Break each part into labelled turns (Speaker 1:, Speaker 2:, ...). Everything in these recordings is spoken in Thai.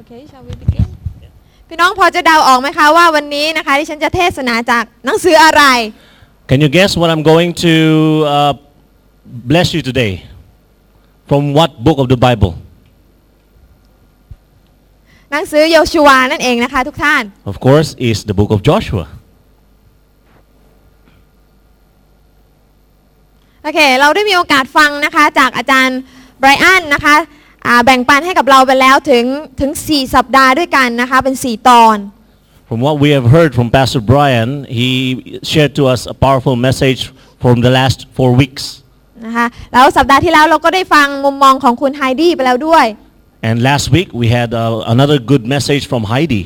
Speaker 1: Okay shall we begin พี่น้องพอจะเดาออกไหมคะว่าวันนี้นะคะที่ฉันจะเทศนาจากหนังสืออะไร
Speaker 2: Can you guess what I'm going to uh, bless you today? From what book of the Bible?
Speaker 1: หนังสือโยชูวานั่นเองนะคะทุกท่าน
Speaker 2: Of course, is the book of Joshua.
Speaker 1: โอเค เราได้มีโอกาสฟังนะคะจากอาจารย์ไบรอันนะคะอ่าแบ่งปันให้กับเราไปแล้วถึงถึง 4 สัปดาห์ด้วยกันนะคะเป็น 4 ตอน
Speaker 2: From what we have heard from Pastor Brian, he shared to us a powerful message from the last four weeks.
Speaker 1: นะคะแล้วสัปดาห์ที่แล้วเราก็ได้ฟังมุมมองของคุณไฮดี้ไปแล้วด้วย
Speaker 2: And last week, we had uh, another good message from Heidi.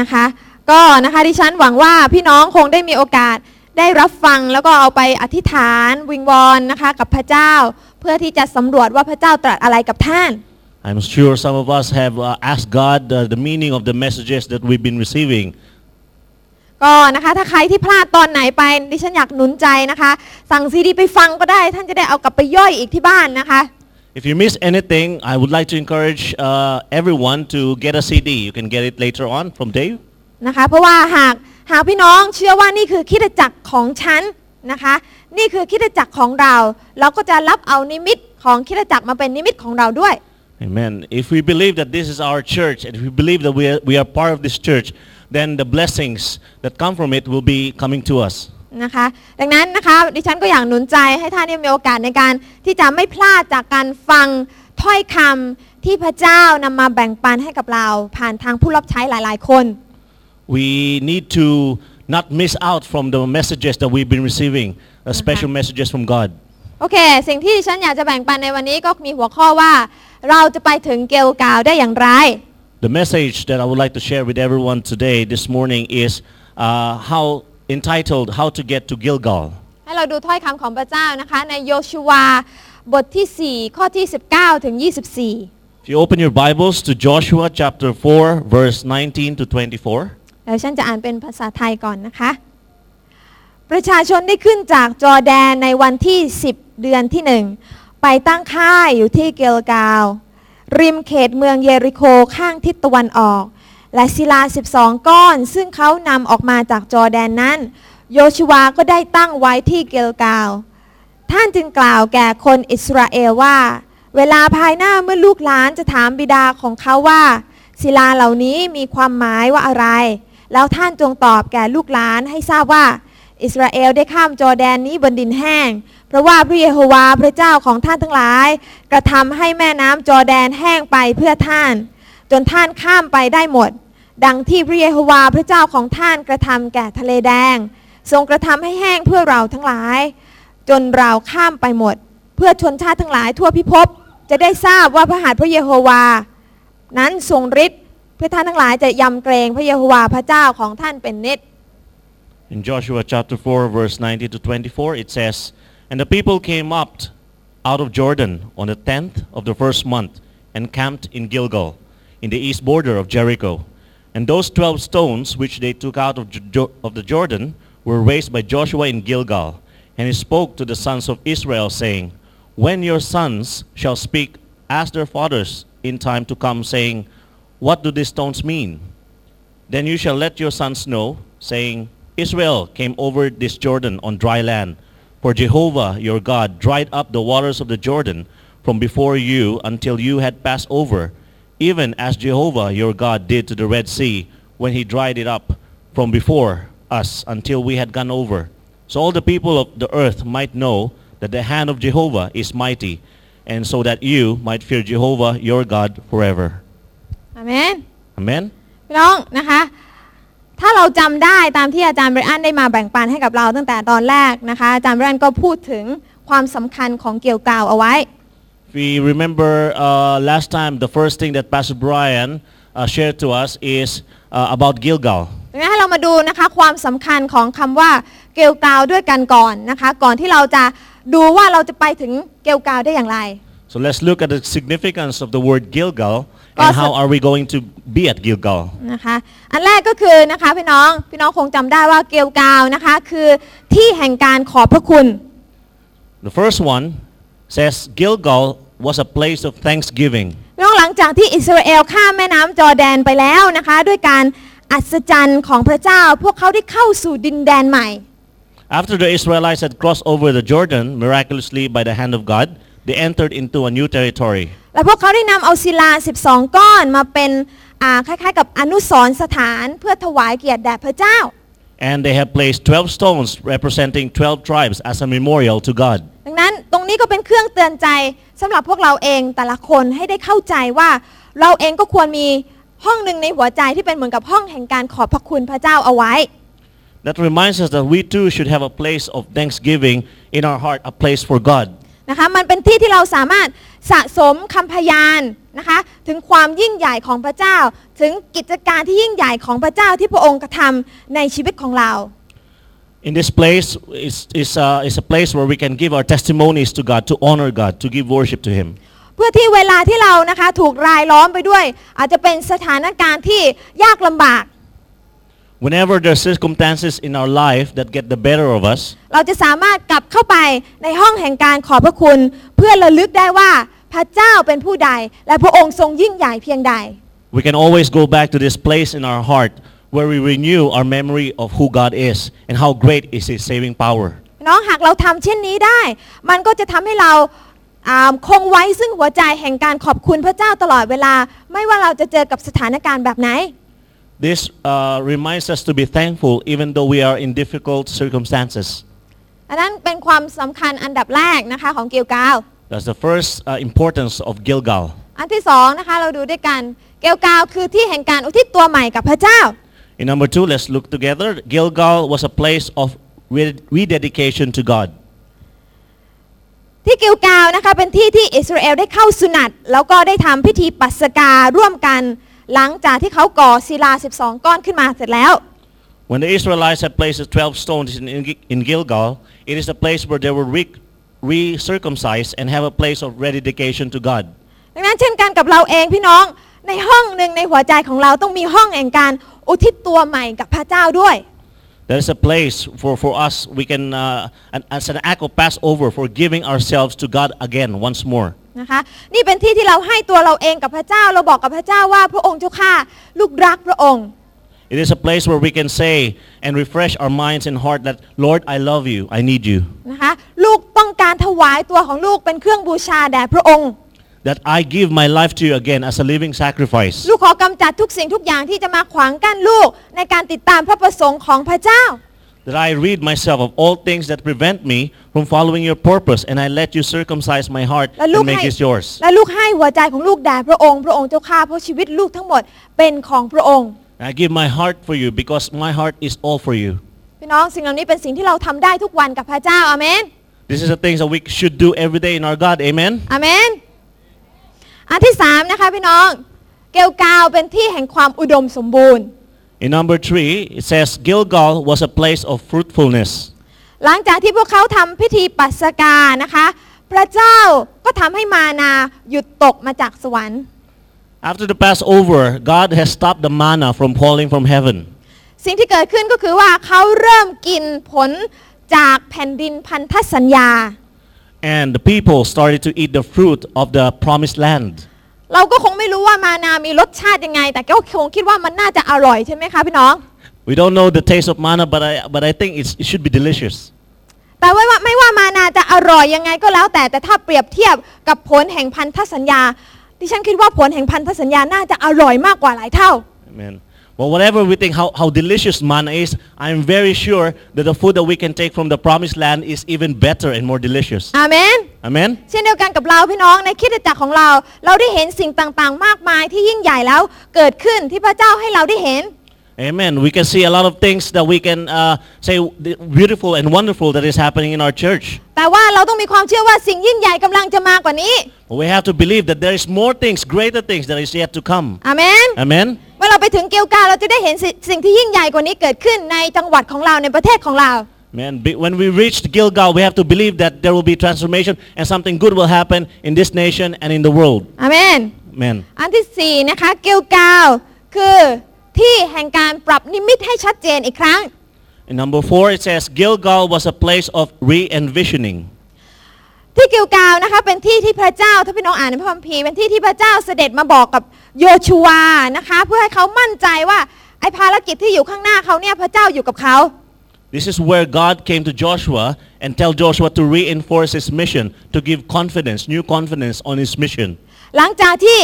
Speaker 1: นะคะก็นะคะดิฉันหวังว่าพี่น้องคงได้มีโอกาสได้รับฟังแล้วก็เอาไปอธิษฐานวิงวอนนะคะกับพระเจ้า เพื่อที่จะสำรวจว่าพระเจ้าตรัสอะไรกับท่าน
Speaker 2: I'm sure some of us have uh, asked God uh, the meaning of the messages that we've been receiving.
Speaker 1: ก็นะคะถ้าใครที่พลาดตอนไหนไปดิฉันอยากหนุนใจนะคะ สั่งซีดีไปฟังก็ได้ท่านจะได้เอากลับไปย่อยอีกที่บ้านนะคะ
Speaker 2: If you miss anything, I would like to encourage uh, everyone to get a CD. You can get it later on from Dave.
Speaker 1: นะคะเพราะว่าหากหากพี่น้องเชื่อว่านี่คือคริดจักรของฉันนะคะ นี่คือคริดจักรของเรา เราก็จะรับเอานิมิตของคริดจักรมาเป็นนิมิตของเราด้วย
Speaker 2: Amen. If we believe that this is our church and if we believe that we are, we are part of this church, then the blessings that come from it will be coming to us.
Speaker 1: นะคะดังนั้นนะคะดิฉันก็อยากหนุนใจให้ท่านเนี่ยมีโอกาสในการที่จะไม่พลาดจากการฟังถ้อยคำที่พระเจ้านำมาแบ่งปันให้กับเรา ผ่านทางผู้รับใช้หลาย ๆ คน
Speaker 2: We need to not miss out from the messages that we've been receiving, uh, special messages from God.
Speaker 1: โอเค สิ่งที่ดิฉันอยากจะแบ่งปันในวันนี้ก็มีหัวข้อว่า เราจะไปถึงเกลกาวได้อย่างไร
Speaker 2: The message that I would like to share with everyone today, this morning, is uh, how entitled "How to Get to Gilgal."
Speaker 1: ให้เราดูถ้อยคำของพระเจ้านะคะในโยชูวาบทที่ 4 ข้อที่ 19 ถึง 24
Speaker 2: If you open your Bibles to Joshua chapter 4, verse 19 to 24.
Speaker 1: แล้วฉันจะอ่านเป็นภาษาไทยก่อนนะคะ ประชาชนได้ขึ้นจากจอร์แดนในวันที่ 10 เดือนที่หนึ่งไปตั้งค่ายอยู่ที่เกลกาว ริมเขตเมืองเยริโคข้างทิศตะวันออก และศิลา 12 ก้อน ซึ่งเขานำออกมาจากจอร์แดนนั้น โยชูวาก็ได้ตั้งไว้ที่เกลกาว ท่านจึงกล่าวแก่คนอิสราเอลว่า เวลาภายหน้าเมื่อลูกหลานจะถามบิดาของเขาว่า ศิลาเหล่านี้มีความหมายว่าอะไร แล้วท่านจงตอบแก่ลูกหลานให้ทราบว่า อิสราเอลได้ข้ามจอร์แดนนี้บนดินแห้ง เพราะว่าพระเยโฮวาห์พระเจ้าของท่านทั้งหลาย กระทำให้แม่น้ำจอร์แดนแห้งไปเพื่อท่าน จนท่านข้ามไปได้หมด ดังที่พระเยโฮวาห์พระเจ้าของท่านกระทำแก่ทะเลแดง ทรงกระทำให้แห้งเพื่อเราทั้งหลาย จนเราข้ามไปหมด เพื่อชนชาติทั้งหลายทั่วพิภพจะได้ทราบว่าพระหัตถ์พระเยโฮวาห์นั้นทรงฤทธิ์เพื่อท่านทั้งหลายจะยำเกรงพระเยโฮวาห์พระเจ้าของท่านเป็นนิด
Speaker 2: In Joshua chapter 4, verse 19 to 24, it says, And the people came up out of Jordan on the tenth of the first month and camped in Gilgal, in the east border of Jericho. And those twelve stones which they took out of, Jo- of the Jordan were raised by Joshua in Gilgal. And he spoke to the sons of Israel, saying, When your sons shall speak as their fathers in time to come, saying, What do these stones mean? Then you shall let your sons know, saying, Israel came over this Jordan on dry land. For Jehovah your God dried up the waters of the Jordan from before you until you had passed over, even as Jehovah your God did to the Red Sea when he dried it up from before us until we had gone over. So all the people of the earth might know that the hand of Jehovah is mighty, and so that you might fear Jehovah your God forever.
Speaker 1: อาเมน
Speaker 2: Amen.
Speaker 1: พี่น้องนะคะ ถ้าเราจำได้ตามที่อาจารย์ไบรอันได้มาแบ่งปันให้กับเราตั้งแต่ตอนแรกนะคะ อาจารย์ไบรอันก็พูดถึงความสำคัญของเกี่ยวกาวเอาไว้
Speaker 2: We remember uh, last time the first thing that Pastor Brian uh, shared to us is uh, about Gilgal.
Speaker 1: ดังนั้นให้เรามาดูนะคะความสำคัญของคำว่าเกลกาวด้วยกันก่อนนะคะ ก่อนที่เราจะดูว่าเราจะไปถึงเกลกาวได้อย่างไร
Speaker 2: So let's look at the significance of the word Gilgal and
Speaker 1: Awesome.
Speaker 2: how are we going to be at Gilgal.
Speaker 1: นะคะ อันแรกก็คือนะคะพี่น้องพี่น้องคงจำได้ว่าเกลกาวนะคะ คือที่แห่งการขอบพระคุณ
Speaker 2: The first one says Gilgal was a place of thanksgiving.
Speaker 1: พี่ น้องหลังจากที่อิสราเอลข้ามแม่น้ำจอร์แดนไปแล้วนะคะ ด้วยการอัศจรรย์ของพระเจ้า พวกเขาได้เข้าสู่ดินแดนใหม่
Speaker 2: After the Israelites had crossed over the Jordan miraculously by the hand of God, they entered into a new territory.
Speaker 1: และพวกเขาได้นำเอาศิลา 12 ก้อนมาเป็นอ่าคล้ายๆ กับอนุสรณ์สถานเพื่อถวายเกียรติแด่พระเจ้า
Speaker 2: And they have placed 12 stones representing 12 tribes as a memorial to God.
Speaker 1: ดังนั้นตรงนี้ก็เป็นเครื่องเตือนใจสำหรับพวกเราเองแต่ละคนให้ได้เข้าใจว่า เราเองก็ควรมีห้องหนึ่งในหัวใจที่เป็นเหมือนกับห้องแห่งการขอบพระคุณพระเจ้าเอาไว้
Speaker 2: That reminds us that we too should have a place of thanksgiving in our heart, a place for God.
Speaker 1: นะคะมันเป็นที่ที่เราสามารถสะสมคำพยานนะคะถึงความยิ่งใหญ่ของพระเจ้า ถึงกิจการที่ยิ่งใหญ่ของพระเจ้าที่พระองค์กระทำในชีวิตของเรา
Speaker 2: In this place is, is, a, is a place where we can give our testimonies to God, to honor God, to give worship to Him.
Speaker 1: เพื่อที่เวลาที่เรานะคะถูกรายล้อมไปด้วย อาจจะเป็นสถานการณ์ที่ยากลำบาก
Speaker 2: Whenever there are circumstances in our life that get the better of us,
Speaker 1: เราจะสามารถกลับเข้าไปในห้องแห่งการขอบพระคุณ เพื่อระลึกได้ว่าพระเจ้าเป็นผู้ใด และพระองค์ทรงยิ่งใหญ่เพียงใด
Speaker 2: we can always go back to this place in our heart where we renew our memory of who God is and how great is His saving power.
Speaker 1: น้องหากเราทำเช่นนี้ได้ มันก็จะทำให้เราอ่าคงไว้ซึ่งหัวใจแห่งการขอบคุณพระเจ้าตลอดเวลา ไม่ว่าเราจะเจอกับสถานการณ์แบบไหน
Speaker 2: This uh, reminds us to be thankful even though we are in difficult circumstances.
Speaker 1: อันนั้นเป็นความสำคัญอันดับแรกนะคะของเกียวกาว
Speaker 2: That's the first uh, importance of Gilgal.
Speaker 1: อันที่สองนะคะเราดูด้วยกัน เกียวกาวคือที่แห่งการอุทิศตัวใหม่กับพระเจ้า
Speaker 2: In number two, let's look together. Gilgal was a place of re- rededication to God.
Speaker 1: ที่กิลกาวนะคะเป็นที่ที่อิสราเอลได้เข้าสุนัตแล้วก็ได้ทำพิธีปัสการ่วมกัน หลังจากที่เขาก่อศิลา 12 ก้อนขึ้นมาเสร็จแล้ว
Speaker 2: When the Israelites had placed the 12 stones in, in, in Gilgal, it is a place where they were re- recircumcised and have a place of rededication to God.
Speaker 1: ดังนั้นเช่นกันกับเราเองพี่น้องในห้องหนึ่งในหัวใจของเราต้องมีห้องแห่งการอุทิศตัวใหม่กับพระเจ้าด้วย
Speaker 2: That is a place for, for us, we can, uh, an, as an act of Passover, for giving ourselves to God again once more.
Speaker 1: นะคะนี่เป็นที่ที่เราให้ตัวเราเองกับพระเจ้าเราบอกกับพระเจ้าว่าพระองค์เจ้าข้าลูกรักพระองค์
Speaker 2: It is a place where we can say and refresh our minds and heart that, Lord, I love you. I need you.
Speaker 1: นะคะลูกต้องการถวายตัวของลูกเป็นเครื่องบูชาแด่พระองค์
Speaker 2: That I give my life to you again as a living sacrifice.
Speaker 1: ลูกขอกำจัดทุกสิ่งทุกอย่างที่จะมาขวางกั้นลูกในการติดตามพระประสงค์ของพระเจ้า
Speaker 2: That I rid myself of all things that prevent me from following your purpose and I let you circumcise my heart
Speaker 1: และลูก
Speaker 2: and
Speaker 1: ให้
Speaker 2: make this yours.
Speaker 1: และลูกให้หัวใจของลูกแด่พระองค์ พระองค์เจ้าข้าเพราะชีวิตลูกทั้งหมดเป็นของพระองค์
Speaker 2: I give my heart for you because my heart is all for you.
Speaker 1: พี่น้องสิ่งเหล่านี้เป็นสิ่งที่เราทำได้ทุกวันกับพระเจ้าอาเมน
Speaker 2: This is the things that we should do every day in our God. Amen.
Speaker 1: อาเมน อันที่สามนะคะพี่น้อง เกลกาวเป็นที่แห่งความอุดมสมบูรณ์
Speaker 2: In number three, it says Gilgal was a place of fruitfulness.
Speaker 1: หลังจากที่พวกเขาทำพิธีปัสกานะคะ พระเจ้าก็ทำให้มานาหยุดตกมาจากสวรรค์
Speaker 2: After the Passover, God has stopped the manna from falling from heaven.
Speaker 1: สิ่งที่เกิดขึ้นก็คือว่าเขาเริ่มกินผลจากแผ่นดินพันธสัญญา
Speaker 2: And the people started to eat the fruit of the promised land.
Speaker 1: เราก็คงไม่รู้ว่ามานามีรสชาติยังไง แต่ก็คงคิดว่ามันน่าจะอร่อยใช่ไหมคะพี่น้อง
Speaker 2: We don't know the taste of manna, but I, but I think it's, it should be delicious.
Speaker 1: แต่ว่าไม่ว่ามานาจะอร่อยยังไงก็แล้วแต่แต่ถ้าเปรียบเทียบกับผลแห่งพันธสัญญา ดิฉันคิดว่าผลแห่งพันธสัญญาน่าจะอร่อยมากกว่าหลายเท่า
Speaker 2: Amen. Well, whatever we think how, how delicious manna is, I'm very sure that the food that we can take from the promised land is even better and more delicious.
Speaker 1: อาเมน
Speaker 2: Amen?
Speaker 1: เช่นเดียวกันกับเราพี่น้องในคริดจักรของเรา เราได้เห็นสิ่งต่างๆ มากมายที่ยิ่งใหญ่แล้วเกิดขึ้นที่พระเจ้าให้เราได้เห็น
Speaker 2: Amen. We can see a lot of things that we can uh, say th- beautiful and wonderful that is happening in our church.
Speaker 1: แต่ว่าเราต้องมีความเชื่อว่าสิ่งยิ่งใหญ่กำลังจะมากว่านี้
Speaker 2: But we have to believe that there is more things, greater things that is yet to come.
Speaker 1: อาเมน
Speaker 2: Amen?
Speaker 1: เมื่อเราไปถึงเกียวกาเราจะได้เห็นสิสิ่งที่ยิ่งใหญ่กว่านี้เกิดขึ้นในจังหวัดของเราในประเทศของเรา
Speaker 2: Man, be- when we reach Gilgal, we have to believe that there will be transformation and something good will happen in this nation and in the world.
Speaker 1: อาเมน
Speaker 2: Amen.
Speaker 1: อันที่สี่นะคะเกียวกาวคือที่แห่งการปรับนิมิตให้ชัดเจนอีกครั้ง
Speaker 2: In number four, it says Gilgal was a place of re-envisioning.
Speaker 1: ที่กิลกาวนะคะเป็นที่ที่พระเจ้าถ้าพี่น้องอ่านในพระคัมภีร์เป็นที่ที่พระเจ้าเสด็จมาบอกกับโยชูวานะคะ เพื่อให้เขามั่นใจว่าไอ้ภารกิจที่อยู่ข้างหน้าเขาเนี่ยพระเจ้าอยู่กับเขา
Speaker 2: This is where God came to Joshua and tell Joshua to reinforce his mission, to give confidence, new confidence on his mission.
Speaker 1: หลังจากที่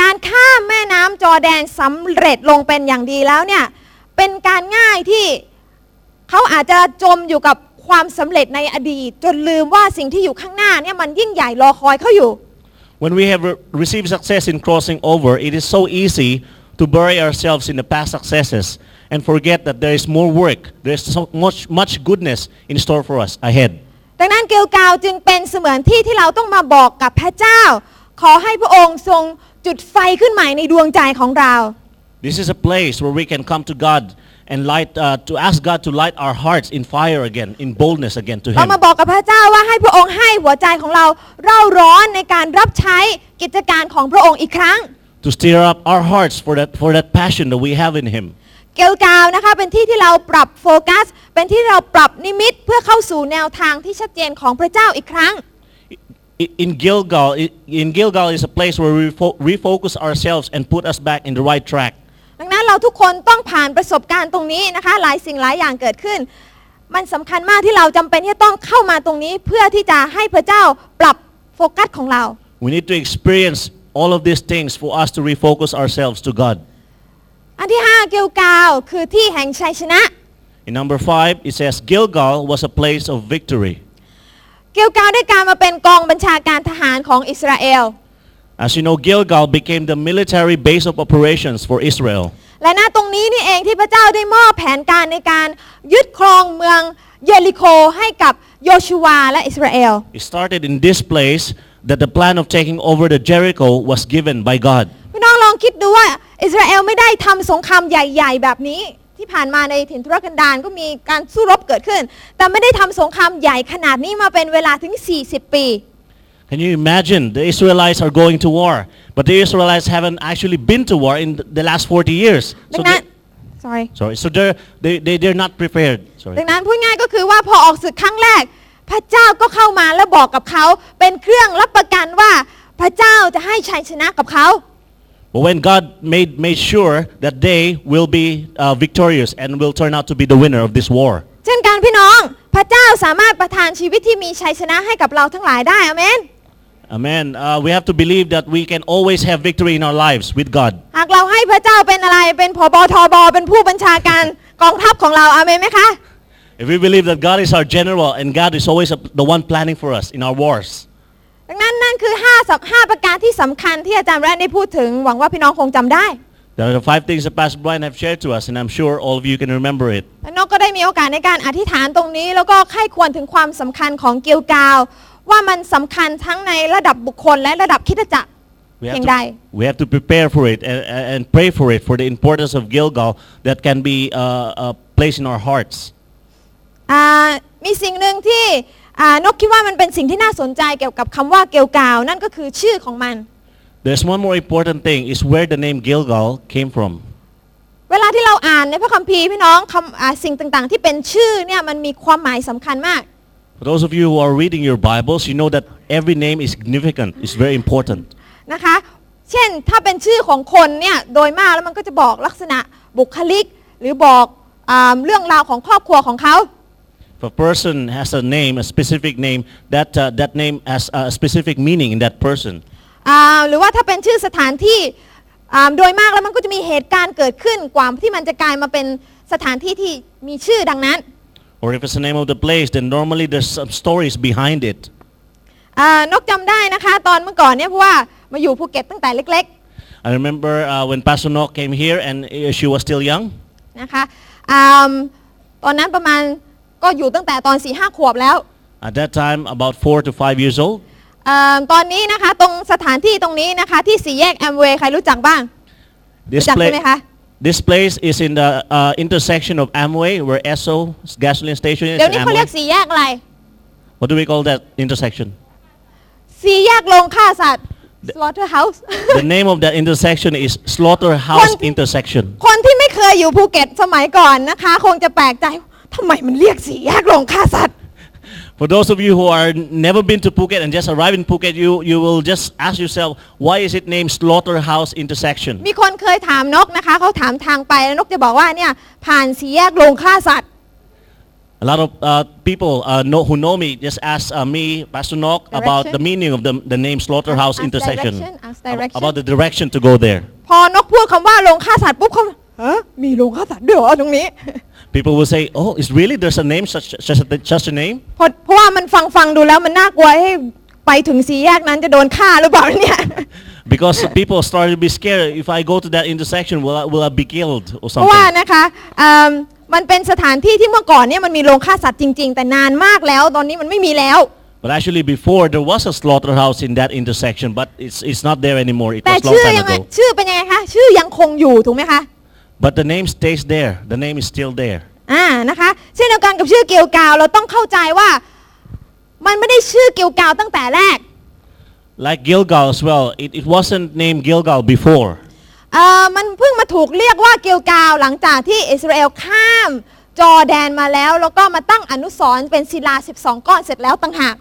Speaker 1: การข้ามแม่น้ำจอร์แดนสำเร็จลงเป็นอย่างดีแล้วเนี่ยเป็นการง่ายที่เขาอาจจะจมอยู่กับความสำเร็จในอดีต จนลืมว่าสิ่งที่อยู่ข้างหน้าเนี่ยมันยิ่งใหญ่รอคอยเขาอยู่
Speaker 2: When we have re- received success in crossing over, it is so easy to bury ourselves in the past successes and forget that there is more work, there is so much, much goodness in store for us ahead.
Speaker 1: ดังนั้นเกลกาวจึงเป็นเสมือนที่ที่เราต้องมาบอกกับพระเจ้า ขอให้พระองค์ทรงจุดไฟขึ้นใหม่ในดวงใจของเรา
Speaker 2: This is a place where we can come to God and light, uh, to ask God to light our hearts in fire again, in boldness again to
Speaker 1: เรามา
Speaker 2: Him.
Speaker 1: บอกกับพระเจ้าว่าให้พระองค์ให้หัวใจของเราเร่าร้อนในการรับใช้กิจการของพระองค์อีกครั้ง
Speaker 2: To stir up our hearts for that, for that passion that we have in Him.
Speaker 1: เกลกาวนะคะเป็นที่ที่เราปรับโฟกัส เป็นที่เราปรับนิมิตเพื่อเข้าสู่แนวทางที่ชัดเจนของพระเจ้าอีกครั้ง
Speaker 2: I- In Gilgal, i- in Gilgal is a place where we refo- refocus ourselves and put us back in the right track.
Speaker 1: ดังนั้นเราทุกคนต้องผ่านประสบการณ์ตรงนี้นะคะ หลายสิ่งหลายอย่างเกิดขึ้น มันสำคัญมากที่เราจำเป็นที่จะต้องเข้ามาตรงนี้เพื่อที่จะให้พระเจ้าปรับโฟกัสของเรา
Speaker 2: We need to experience all of these things for us to refocus ourselves to God.
Speaker 1: อันที่ 5 เกลกาวคือที่แห่งชัยชนะ
Speaker 2: In number five, it says Gilgal was a place of victory.
Speaker 1: เกลกาวได้กลารมาเป็นกองบัญชาการทหารของอิสราเอล
Speaker 2: As you know, Gilgal became the military base of operations for Israel.
Speaker 1: และณตรงนี้นี่เองที่พระเจ้าได้มอบแผนการในการยึดครองเมืองเยริโคให้กับโยชูวาและอิสราเอล
Speaker 2: It started in this place that the plan of taking over the Jericho was given by God.
Speaker 1: พี่น้องลองคิดดูว่าอิสราเอลไม่ได้ทำสงครามใหญ่ ๆ แบบนี้ ที่ผ่านมาในถิ่นทุรกันดารก็มีการสู้รบเกิดขึ้น แต่ไม่ได้ทำสงครามใหญ่ขนาดนี้มาเป็นเวลาถึง 40 ปี
Speaker 2: Can you imagine? The Israelites are going to war, but the Israelites haven't actually been to war in the last 40 years.
Speaker 1: ดั
Speaker 2: So
Speaker 1: งนั้น
Speaker 2: they-
Speaker 1: sorry
Speaker 2: sorry, so they're, they, they, they're not prepared. Sorry.
Speaker 1: ดังนั้นพูดง่ายก็คือว่าพอออกศึกครั้งแรก พระเจ้าก็เข้ามาและบอกกับเขา เป็นเครื่องรับประกันว่าพระเจ้าจะให้ชัยชนะกับเขา
Speaker 2: But when God made, made sure that they will be uh, victorious and will turn out to be the winner of this war.
Speaker 1: เช่นกันพี่น้องพระเจ้าสามารถประทานชีวิตที่มีชัยชนะให้กับเราทั้งหลายได้อเมน
Speaker 2: Amen. Uh, we have to believe that we can always have victory in our lives with God.
Speaker 1: หากเราให้พระเจ้าเป็นอะไรเป็นผบทบเป็นผู้บัญชาการ กองทัพของเราอเมนไหมคะ
Speaker 2: If we believe that God is our general and God is always the one planning for us in our wars,
Speaker 1: ดังนั้นนั่นคือ5สับ5ประการที่สำคัญที่อาจารย์แรนได้พูดถึง หวังว่าพี่น้องคงจำได้
Speaker 2: there are the five things that Pastor Brian have shared to us, and I'm sure all of you can remember it.
Speaker 1: และนกก็ได้มีโอกาสในการอธิษฐานตรงนี้ แล้วก็ไข้ควรถึงความสำคัญของกิลกาว ว่ามันสำคัญทั้งในระดับบุคคลและระดับคริดจักร
Speaker 2: We
Speaker 1: เพียง
Speaker 2: have,
Speaker 1: ใด
Speaker 2: to, we have to prepare for it and, and pray for it, for the importance of Gilgal that can be uh, uh, placed in our hearts.
Speaker 1: อ่ามีสิ่งหนึ่งที่อ่านกคิดว่ามันเป็นสิ่งที่น่าสนใจเกี่ยวกับคำว่าเกลกาว นั่นก็คือชื่อของมัน
Speaker 2: There's one more important thing, is where the name Gilgal came from.
Speaker 1: เวลาที่เราอ่านในพระคัมภีร์พี่น้องคำอ่าสิ่งต่างๆ ที่เป็นชื่อเนี่ยมันมีความหมายสำคัญมาก
Speaker 2: For those of you who are reading your Bibles, you know that every name is significant, it's very important.
Speaker 1: นะคะ เช่นถ้าเป็นชื่อของคนเนี่ยโดยมากแล้วมันก็จะบอกลักษณะบุคลิก หรือบอกอาเรื่องราวของครอบครัวของเขา
Speaker 2: If a person has a name, a specific name, that, uh, that name has a specific meaning in that person.
Speaker 1: อ่าหรือว่าถ้าเป็นชื่อสถานที่อ่าโดยมากแล้วมันก็จะมีเหตุการณ์เกิดขึ้นกว่าที่มันจะกลายมาเป็นสถานที่ที่มีชื่อดังนั้น
Speaker 2: Or if it's the name of the place, then normally there's some stories behind it.
Speaker 1: อ่านกจำได้นะคะ ตอนเมื่อก่อนเนี่ยเพราะว่ามาอยู่ภูเก็ตตั้งแต่เล็ก
Speaker 2: I remember uh, when Pastor Nok came here and uh, she was still young.
Speaker 1: ๆนะคะอ่าตอนนั้นประมาณก็อยู่ตั้งแต่ตอน4ี่ห้าขวบแล้ว
Speaker 2: At that time, about four to five years old.
Speaker 1: อาตอนนี้นะคะตรงสถานที่ตรงนี้นะคะที่สี่แยกแอมเวย์ใครรู้จักบ้าง
Speaker 2: This,
Speaker 1: รู้จักใช่ไหม
Speaker 2: pla-
Speaker 1: คะ
Speaker 2: this place is in the uh, intersection of Amway, where Esso gasoline station is.
Speaker 1: เดี๋ยว
Speaker 2: and
Speaker 1: นี้เขาเรียก
Speaker 2: Amway.
Speaker 1: สี่แยกอะไร
Speaker 2: What do we call that intersection?
Speaker 1: สี่แยกโรงฆ่าสัตว์ slaughter house
Speaker 2: the name of that intersection is Slaughterhouse
Speaker 1: One-
Speaker 2: Intersection.
Speaker 1: คนที่ไม่เคยอยู่ภูเก็ตสมัยก่อนนะคะ คงจะแปลกใจทำไมมันเรียกสี่แยกโรงฆ่าสัตว์
Speaker 2: For those of you who are never been to Phuket and just arrived in Phuket, you, you will just ask yourself, why is it named Slaughterhouse Intersection?
Speaker 1: มีคนเคยถามนกนะคะเขาถามทางไปแล้วนกจะบอกว่าเนี่ยผ่านสีแยกลงฆ่าสัตว์
Speaker 2: A lot of uh, people uh, know, who know me just ask uh, me, Pastor Nok, about
Speaker 1: Direction?
Speaker 2: the meaning of the, the name Slaughterhouse
Speaker 1: Ask
Speaker 2: Intersection.
Speaker 1: direction, ask
Speaker 2: ab-
Speaker 1: direction.
Speaker 2: About the direction to go there.
Speaker 1: พอนกพูดคำว่าลงฆ่าสัตว์ปุ๊บเขาฮะมีลงฆ่าสัตว์ด้วยเหรอตรงนี้
Speaker 2: People will say, oh, is really there's a name, such, such, a, such a name?
Speaker 1: เพราะเพราะว่ามันฟังฟังดูแล้วมันน่ากลัวให้ยไปถึงสีแยกนั้นจะโดนฆ่าหรือเปล่าเนี่ย
Speaker 2: Because people started to be scared. If I go to that intersection, will I, will I be killed or
Speaker 1: เพราะว่า
Speaker 2: something?
Speaker 1: นะคะเอิ่มมันเป็นสถานที่ที่เมื่อก่อนเนี่ยมันมีโรงฆ่าสัตว์จริง ๆ แต่นานมากแล้วตอนนี้มันไม่มีแล้ว
Speaker 2: But actually, before there was a slaughterhouse in that intersection, but it's, it's not there anymore. It
Speaker 1: แต่
Speaker 2: was long
Speaker 1: ชื่อ
Speaker 2: time
Speaker 1: ยังไง
Speaker 2: ago.
Speaker 1: ชื่อเป็นยังไงคะชื่อยังคงอยู่ถูกไหมคะ
Speaker 2: But the name stays there. The name is still there.
Speaker 1: อ่านะคะเช่นเดียวกันกับชื่อเกียวกาวเราต้องเข้าใจว่า มันไม่ได้ชื่อเกียวกาวตั้งแต่แรก
Speaker 2: Like Gilgal as well. It, it wasn't named Gilgal before.
Speaker 1: เอ่อมันเพิ่งมาถูกเรียกว่าเกียวกาวหลังจากที่อิสราเอลข้ามจอร์แดนมาแล้ว แล้วก็มาตั้งอนุสรณ์เป็นศิลา 12 ก้อนเสร็จแล้วต่างหาก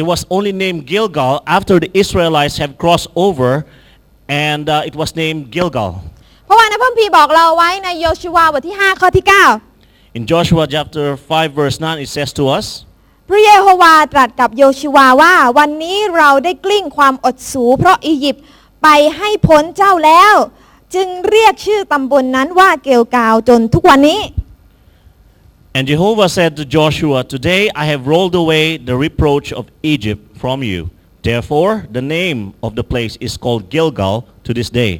Speaker 2: It was only named Gilgal after the Israelites have crossed over, and uh, it was named Gilgal.
Speaker 1: เพราะว่าในพระคัมภีร์บอกเราไว้ในโยชูวาบทที่ 5 ข้อที่ 9
Speaker 2: In Joshua chapter 5, verse 9, it says to us,
Speaker 1: พระเยโฮวาตรัสกับโยชูวาว่า วันนี้เราได้กลิ้งความอดสูเพราะอียิปต์ไปให้พ้นเจ้าแล้ว จึงเรียกชื่อตำบลนนั้นว่าเกียวกาวจนทุกวันนี้
Speaker 2: And Jehovah said to Joshua, Today I have rolled away the reproach of Egypt from you. Therefore, the name of the place is called Gilgal to this day.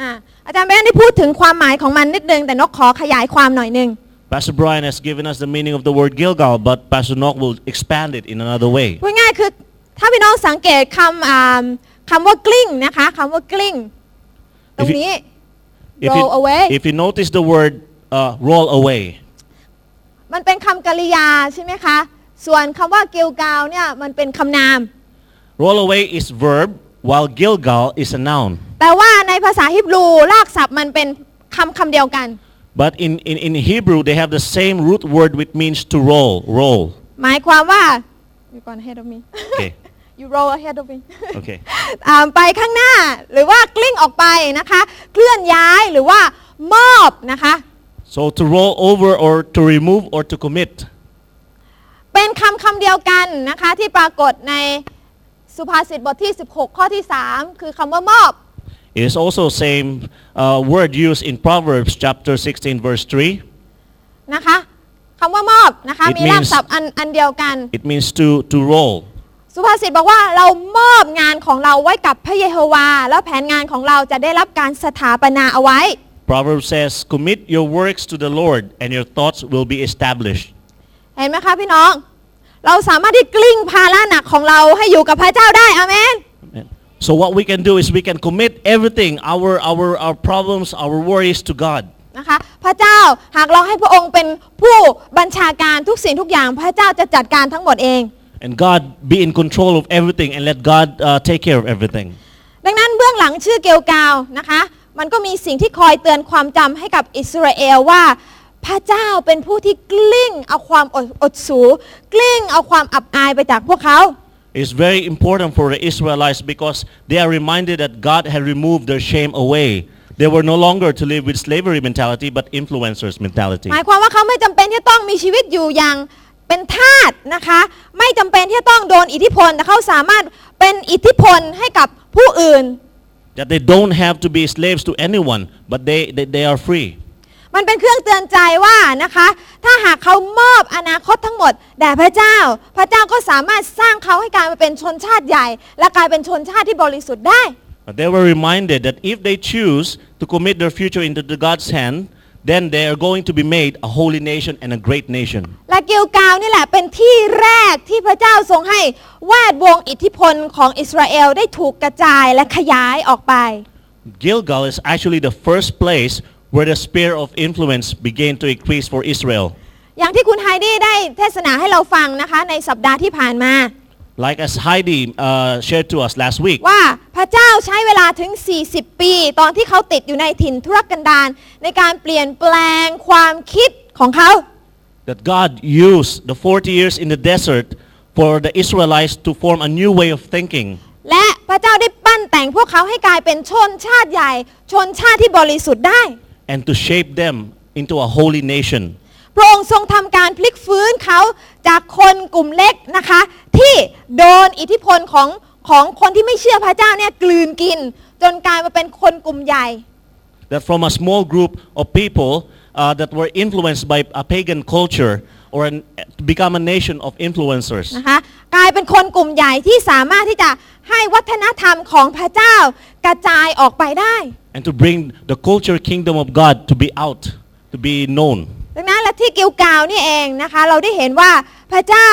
Speaker 1: อ่ะอาจารย์เบนได้พูดถึงความหมายของมันนิดนึงแต่นกขอขยายความหน่อยนึง
Speaker 2: Pastor Brian has given us the meaning of the word Gilgal, but Pastor Nock will expand it in another way.
Speaker 1: พูดง่ายคือถ้าพี่น้องสังเกตคำอ่าคำว่ากลิ้งนะคะคำว่ากลิ้ง ตรงนี้
Speaker 2: If
Speaker 1: roll
Speaker 2: you,
Speaker 1: away
Speaker 2: if you notice the word uh, roll away,
Speaker 1: มันเป็นคำกริยาใช่ไหมคะ ส่วนคำว่าเกียวกาวเนี่ยมันเป็นคำนาม
Speaker 2: roll away is verb, while Gilgal is a noun.
Speaker 1: แต่ว่าในภาษาฮิบรูรากศัพท์มันเป็นคำคำเดียวกัน
Speaker 2: But in, in, in Hebrew, they have the same root word which means to roll, roll.
Speaker 1: หมายความว่า you gone ahead of me
Speaker 2: Okay,
Speaker 1: you roll ahead of me
Speaker 2: okay.
Speaker 1: อ่าไปข้างหน้าหรือว่ากลิ้งออกไปนะคะ เคลื่อนย้ายหรือว่ามอบนะคะ
Speaker 2: So to roll over or to remove or to commit.
Speaker 1: เป็นคำคำเดียวกันนะคะที่ปรากฏในสุภาษิตบทที่ 16 ข้อที่ 3 คือคำว่ามอบ
Speaker 2: It is also same uh, word used in Proverbs chapter 16 verse 3.
Speaker 1: นะคะคำว่ามอบนะคะ
Speaker 2: It
Speaker 1: มีราก
Speaker 2: means-
Speaker 1: ศัพท์อันอันเดียวกัน
Speaker 2: It means to, to roll.
Speaker 1: สุภาษิตบอกว่าเรามอบงานของเราไว้กับพระเยโฮวา แล้วแผนงานของเราจะได้รับการสถาปนาเอาไว้
Speaker 2: Proverbs says, commit your works to the Lord and your thoughts will be established.
Speaker 1: เห็นไหมคะพี่น้อง เราสามารถที่กลิ้งภาระหนักของเราให้อยู่กับพระเจ้าได้อาเมน
Speaker 2: So what we can do is we can commit everything, our, our, our problems, our worries to God.
Speaker 1: นะคะพระเจ้าหากเราให้พระองค์เป็นผู้บัญชาการทุกสิ่งทุกอย่าง พระเจ้าจะจัดการทั้งหมดเอง
Speaker 2: And God be in control of everything and let God uh, take care of everything.
Speaker 1: ดังนั้นเบื้องหลังชื่อเกลกาวนะคะ มันก็มีสิ่งที่คอยเตือนความจำให้กับอิสราเอลว่า พระเจ้าเป็นผู้ที่กลิ้งเอาความอดอดสู กลิ้งเอาความอับอายไปจากพวกเขา
Speaker 2: It's very important for the Israelites because they are reminded that God had removed their shame away. They were no longer to live with slavery mentality, but influencers mentality.
Speaker 1: หมายความว่าเขาไม่จำเป็นที่จะต้องมีชีวิตอยู่อย่างเป็นทาสนะคะ ไม่จำเป็นที่จะต้องโดนอิทธิพลแต่เขาสามารถเป็นอิทธิพลให้กับผู้อื่น
Speaker 2: That they don't have to be slaves to anyone, but they, they, they are free.
Speaker 1: มันเป็นเครื่องเตือนใจว่านะคะ ถ้าหากเขามอบอนาคตทั้งหมดแด่พระเจ้า พระเจ้าก็สามารถสร้างเขาให้กลายมาเป็นชนชาติใหญ่ และกลายเป็นชนชาติที่บริสุทธิ์ได้
Speaker 2: But they were reminded that if they choose to commit their future into the God's hand, then they are going to be made a holy nation and a great nation.
Speaker 1: และกิลกาวนี่แหละเป็นที่แรกที่พระเจ้าทรงให้แวดวงอิทธิพลของอิสราเอลได้ถูกกระจายและขยายออกไป
Speaker 2: Gilgal is actually the first place where the sphere of influence began to increase for Israel.
Speaker 1: อย่างที่คุณไฮดี้ได้เทศนาให้เราฟังนะคะ ในสัปดาห์ที่ผ่านมา
Speaker 2: Like as Heidi uh, shared to us last week,
Speaker 1: ว่าพระเจ้าใช้เวลาถึง 40 ปี ตอนที่เขาติดอยู่ในถิ่นทุรกันดารในการเปลี่ยนแปลงความคิดของเขา
Speaker 2: that God used the 40 years in the desert for the Israelites to form a new way of thinking.
Speaker 1: และพระเจ้าได้ปั้นแต่งพวกเขาให้กลายเป็นชนชาติใหญ่ ชนชาติที่บริสุทธิ์ได้
Speaker 2: and to shape them into a holy nation.
Speaker 1: พระองค์ทรงทำการพลิกฟื้นเขาจากคนกลุ่มเล็กนะคะ ที่โดนอิทธิพลของของคนที่ไม่เชื่อพระเจ้าเนี่ยกลืนกิน จนกลายมาเป็นคนกลุ่มใหญ่
Speaker 2: That from a small group of people uh, that were influenced by a pagan culture or an, to become a nation of influencers.
Speaker 1: นะคะกลายเป็นคนกลุ่มใหญ่ที่สามารถที่จะให้วัฒนธรรมของพระเจ้ากระจายออกไปได้
Speaker 2: And to bring the culture kingdom of God to be out, to be known.
Speaker 1: ดังนั้นละที่กิลกาวนี่เองนะคะ เราได้เห็นว่าพระเจ้า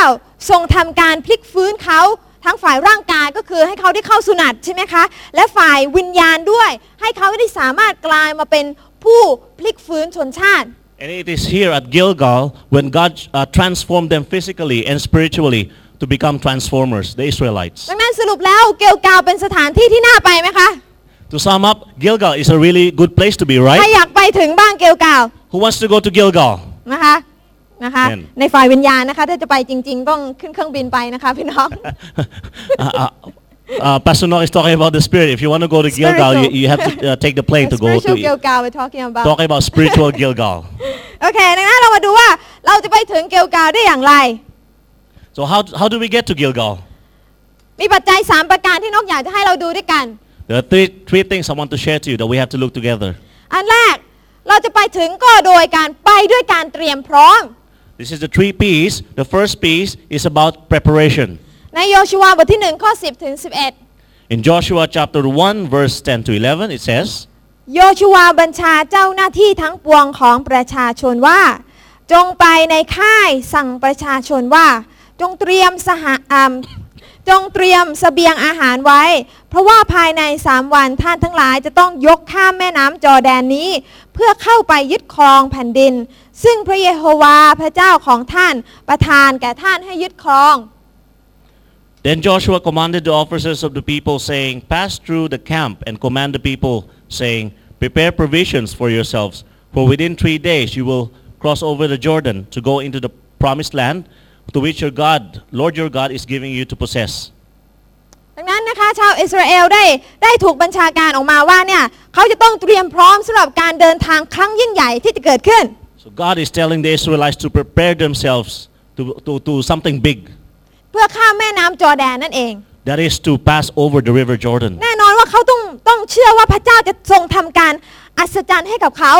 Speaker 1: ทรงทำการพลิกฟื้นเขาทั้งฝ่ายร่างกายก็คือให้เขาได้เข้าสุนัตใช่ไหมคะ และฝ่ายวิญญาณด้วย ให้เขาได้สามารถกลายมาเป็นผู้พลิกฟื้นชนชาติ
Speaker 2: And it is here at Gilgal when God uh, transformed them physically and spiritually to become transformers, the Israelites.
Speaker 1: ดังนั้นสรุปแล้วเกลกาวเป็นสถานที่ที่น่าไปไหมคะ
Speaker 2: To sum up, Gilgal is a really good place to be,
Speaker 1: ใคร
Speaker 2: right?
Speaker 1: อยากไปถึงบ้างเกลกาว
Speaker 2: Who wants to go to Gilgal?
Speaker 1: นะคะนะคะ
Speaker 2: แม่น
Speaker 1: ในฝ่ายวิญญาณนะคะ ถ้าจะไปจริง ๆ ต้องขึ้นเครื่องบินไปนะคะพี่น้อง
Speaker 2: uh, uh, uh, Pastor Noah is talking about the spirit. If you want to go to Gilgal, you,
Speaker 1: Spiritual.
Speaker 2: you have to uh, take the plane to go
Speaker 1: Spiritual
Speaker 2: to.
Speaker 1: Gilgal we're talking about
Speaker 2: Talking about spiritual Gilgal.
Speaker 1: โอเค ดังนั้นเรามาดูว่าเราจะไปถึงเกลกาวได้อย่างไร
Speaker 2: So how, how do we get to Gilgal?
Speaker 1: มีปัจจัย 3 ประการที่นกอยากจะให้เราดูด้วยกัน
Speaker 2: There are three, three things I want to share to you that we have to look together.
Speaker 1: อันแรกเราจะไปถึงก็โดยการไปด้วยการเตรียมพร้อม
Speaker 2: This is the three P's. The first piece is about preparation.
Speaker 1: ในโยชูวาบทที่ 1 ข้อ 10 ถึง
Speaker 2: In Joshua chapter 1, verse 10 to 11, it says,
Speaker 1: 11 โยชูวาบัญชาเจ้าหน้าที่ทั้งปวงของประชาชนว่า จงไปในค่ายสั่งประชาชนว่า จงเตรียมสหะอ่ำจงเตรียมเสบียงอาหารไว้ เพราะว่าภายในสามวันท่านทั้งหลายจะต้องยกข้ามแม่น้ำจอร์แดนนี้ เพื่อเข้าไปยึดครองแผ่นดิน ซึ่งพระเยโฮวาห์พระเจ้าของท่านประทานแก่ท่านให้ยึดครอง
Speaker 2: Then Joshua commanded the officers of the people, saying, Pass through the camp and command the people, saying, Prepare provisions for yourselves, for within three days you will cross over the Jordan to go into the promised land to which your God, Lord your God, is giving you to possess.
Speaker 1: ดังนั้นนะคะชาวอิสราเอลได้ได้ถูกบัญชาการออกมาว่าเนี่ยเขาจะต้องเตรียมพร้อมสำหรับการเดินทางครั้งยิ่งใหญ่ที่จะเกิดขึ้น
Speaker 2: So God is telling the Israelites to prepare themselves to, to, to something big.
Speaker 1: เพื่อข้ามแม่น้ำจอร์แดนนั่นเอง
Speaker 2: That is to pass over the river Jordan.
Speaker 1: แน่นอนว่าเขาต้องต้องเชื่อว่าพระเจ้าจะทรงทำการอัศจรรย์ให้กับเขา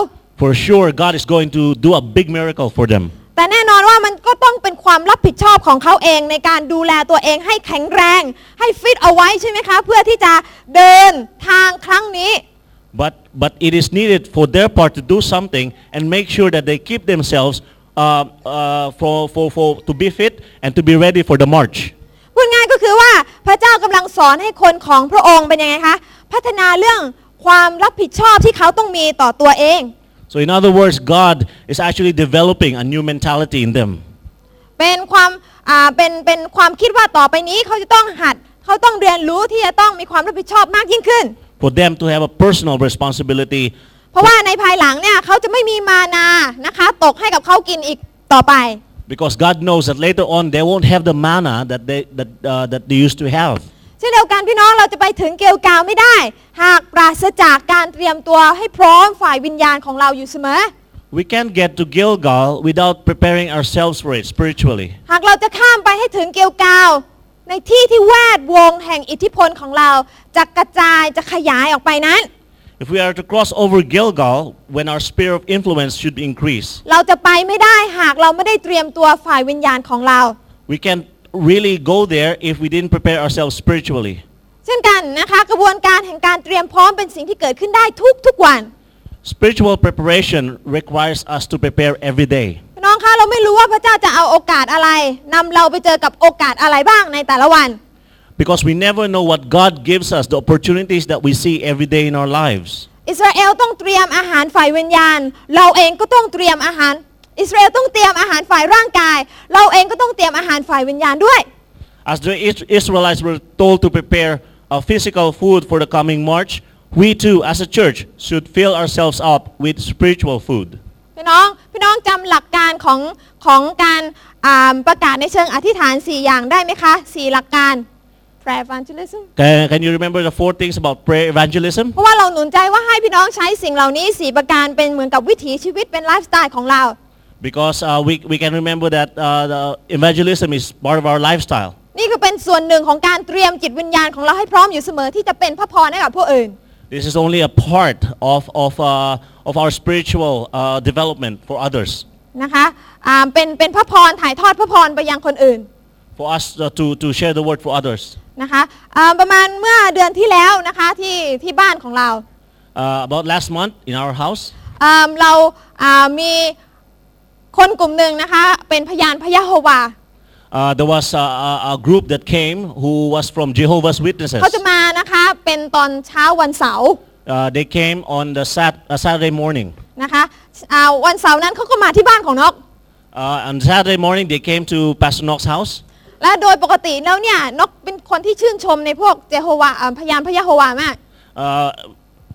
Speaker 2: For sure, God is going to do a big miracle for them.
Speaker 1: แต่แน่นอนว่ามันก็ต้องเป็นความรับผิดชอบของเขาเองในการดูแลตัวเองให้แข็งแรง ให้ฟิตเอาไว้ใช่ไหมคะเพื่อที่จะเดินทางครั้งนี้
Speaker 2: But, but it is needed for their part to do something and make sure that they keep themselves uh, uh, for, for, for, to be fit and to be ready for the march.
Speaker 1: พูดง่ายก็คือว่าพระเจ้ากำลังสอนให้คนของพระองค์เป็นยังไงคะ พัฒนาเรื่องความรับผิดชอบที่เขาต้องมีต่อตัวเอง
Speaker 2: So in other words, God is actually developing a new mentality in them.
Speaker 1: เป็นความอ่าเป็นเป็นความคิดว่าต่อไปนี้เขาจะต้องหัด เขาต้องเรียนรู้ที่จะต้องมีความรับผิดชอบมากยิ่งขึ้น
Speaker 2: For them to have a personal responsibility
Speaker 1: เพราะว่าในภายหลังเนี่ยเขาจะไม่มีมานานะคะ ตกให้กับเขากินอีกต่อไป
Speaker 2: because God knows that later on they won't have the manna that they, that, uh, that they used to have.
Speaker 1: เช่นเดียวกันพี่น้องเราจะไปถึงเกลกาวไม่ได้ หากปราศจากการเตรียมตัวให้พร้อมฝ่ายวิญญาณของเราอยู่เสมอ
Speaker 2: We can't get to Gilgal without preparing ourselves for it spiritually.
Speaker 1: หากเราจะข้ามไปให้ถึงเกลกาวในที่ที่แวดวงแห่งอิทธิพลของเราจะกระจายจะขยายออกไปนั้น
Speaker 2: If we are to cross over Gilgal, when our sphere of influence should increase,
Speaker 1: เราจะไปไม่ได้หากเราไม่ได้เตรียมตัวฝ่ายวิญญาณของเรา
Speaker 2: we can really go there if we didn't prepare ourselves spiritually.
Speaker 1: เช่นกันนะคะกระบวนการแห่งการเตรียมพร้อมเป็นสิ่งที่เกิดขึ้นได้ทุกทุกๆวัน
Speaker 2: Spiritual preparation requires us to prepare every day.
Speaker 1: พี่น้องคะเราไม่รู้ว่าพระเจ้าจะเอาโอกาสอะไรนำเราไปเจอกับโอกาสอะไรบ้างในแต่ละวัน
Speaker 2: Because we never know what God gives us, the opportunities that we see every day in our lives.
Speaker 1: อิสราเอลต้องเตรียมอาหารฝ่ายวิญญาณ เราเองก็ต้องเตรียมอาหาร อิสราเอลต้องเตรียมอาหารฝ่ายร่างกาย เราเองก็ต้องเตรียมอาหารฝ่ายวิญญาณด้วย
Speaker 2: As the Is- Israelites were told to prepare a physical food for the coming march, we too, as a church, should fill ourselves up with spiritual food.
Speaker 1: พี่น้อง พี่น้องจำหลักการของของการอ่าประกาศในเชิงอธิษฐาน 4 อย่างได้ไหมคะ 4 หลักการ prayer evangelism
Speaker 2: Can, can you remember the four things about prayer evangelism?
Speaker 1: เพราะว่าเราหนุนใจว่าให้พี่น้องใช้สิ่งเหล่านี้ 4 ประการเป็นเหมือนกับวิถีชีวิตเป็นไลฟ์สไตล์ของเรา
Speaker 2: Because uh, we, we can remember that uh, the evangelism is part of our lifestyle.
Speaker 1: นี่คือเป็นส่วนหนึ่งของการเตรียมจิตวิญญาณของเราให้พร้อมอยู่เสมอที่จะเป็นพระพรให้กับผู้อื่น
Speaker 2: This is only a part of, of, uh, of our spiritual uh, development for others.
Speaker 1: นะคะอ่าเป็นเป็นพระพรถ่ายทอดพระพรไปยังคนอื่น
Speaker 2: For us uh, to, to share the word for others.
Speaker 1: นะคะอ่าประมาณเมื่อเดือนที่แล้วนะคะที่ที่บ้านของเรา
Speaker 2: Uh, about last month in our house,
Speaker 1: อ่าเราอ่ามีคนกลุ่มหนึ่งนะคะเป็นพยานพระยะโฮวา
Speaker 2: uh, there was a, a, a group that came who was from Jehovah's Witnesses.
Speaker 1: เขาจะมานะคะเป็นตอนเช้าวันเสาร์
Speaker 2: Uh, they came on the sat- uh, Saturday morning.
Speaker 1: นะคะอ่าวันเสาร์นั้นเขาก็มาที่บ้านของนก
Speaker 2: Uh, on Saturday morning, they came to Pastor Nock's house.
Speaker 1: และโดยปกติแล้วเนี่ยนกเป็นคนที่ชื่นชมในพวกเจโฮวาอ่าพยานพระยะโฮวามาก
Speaker 2: Uh,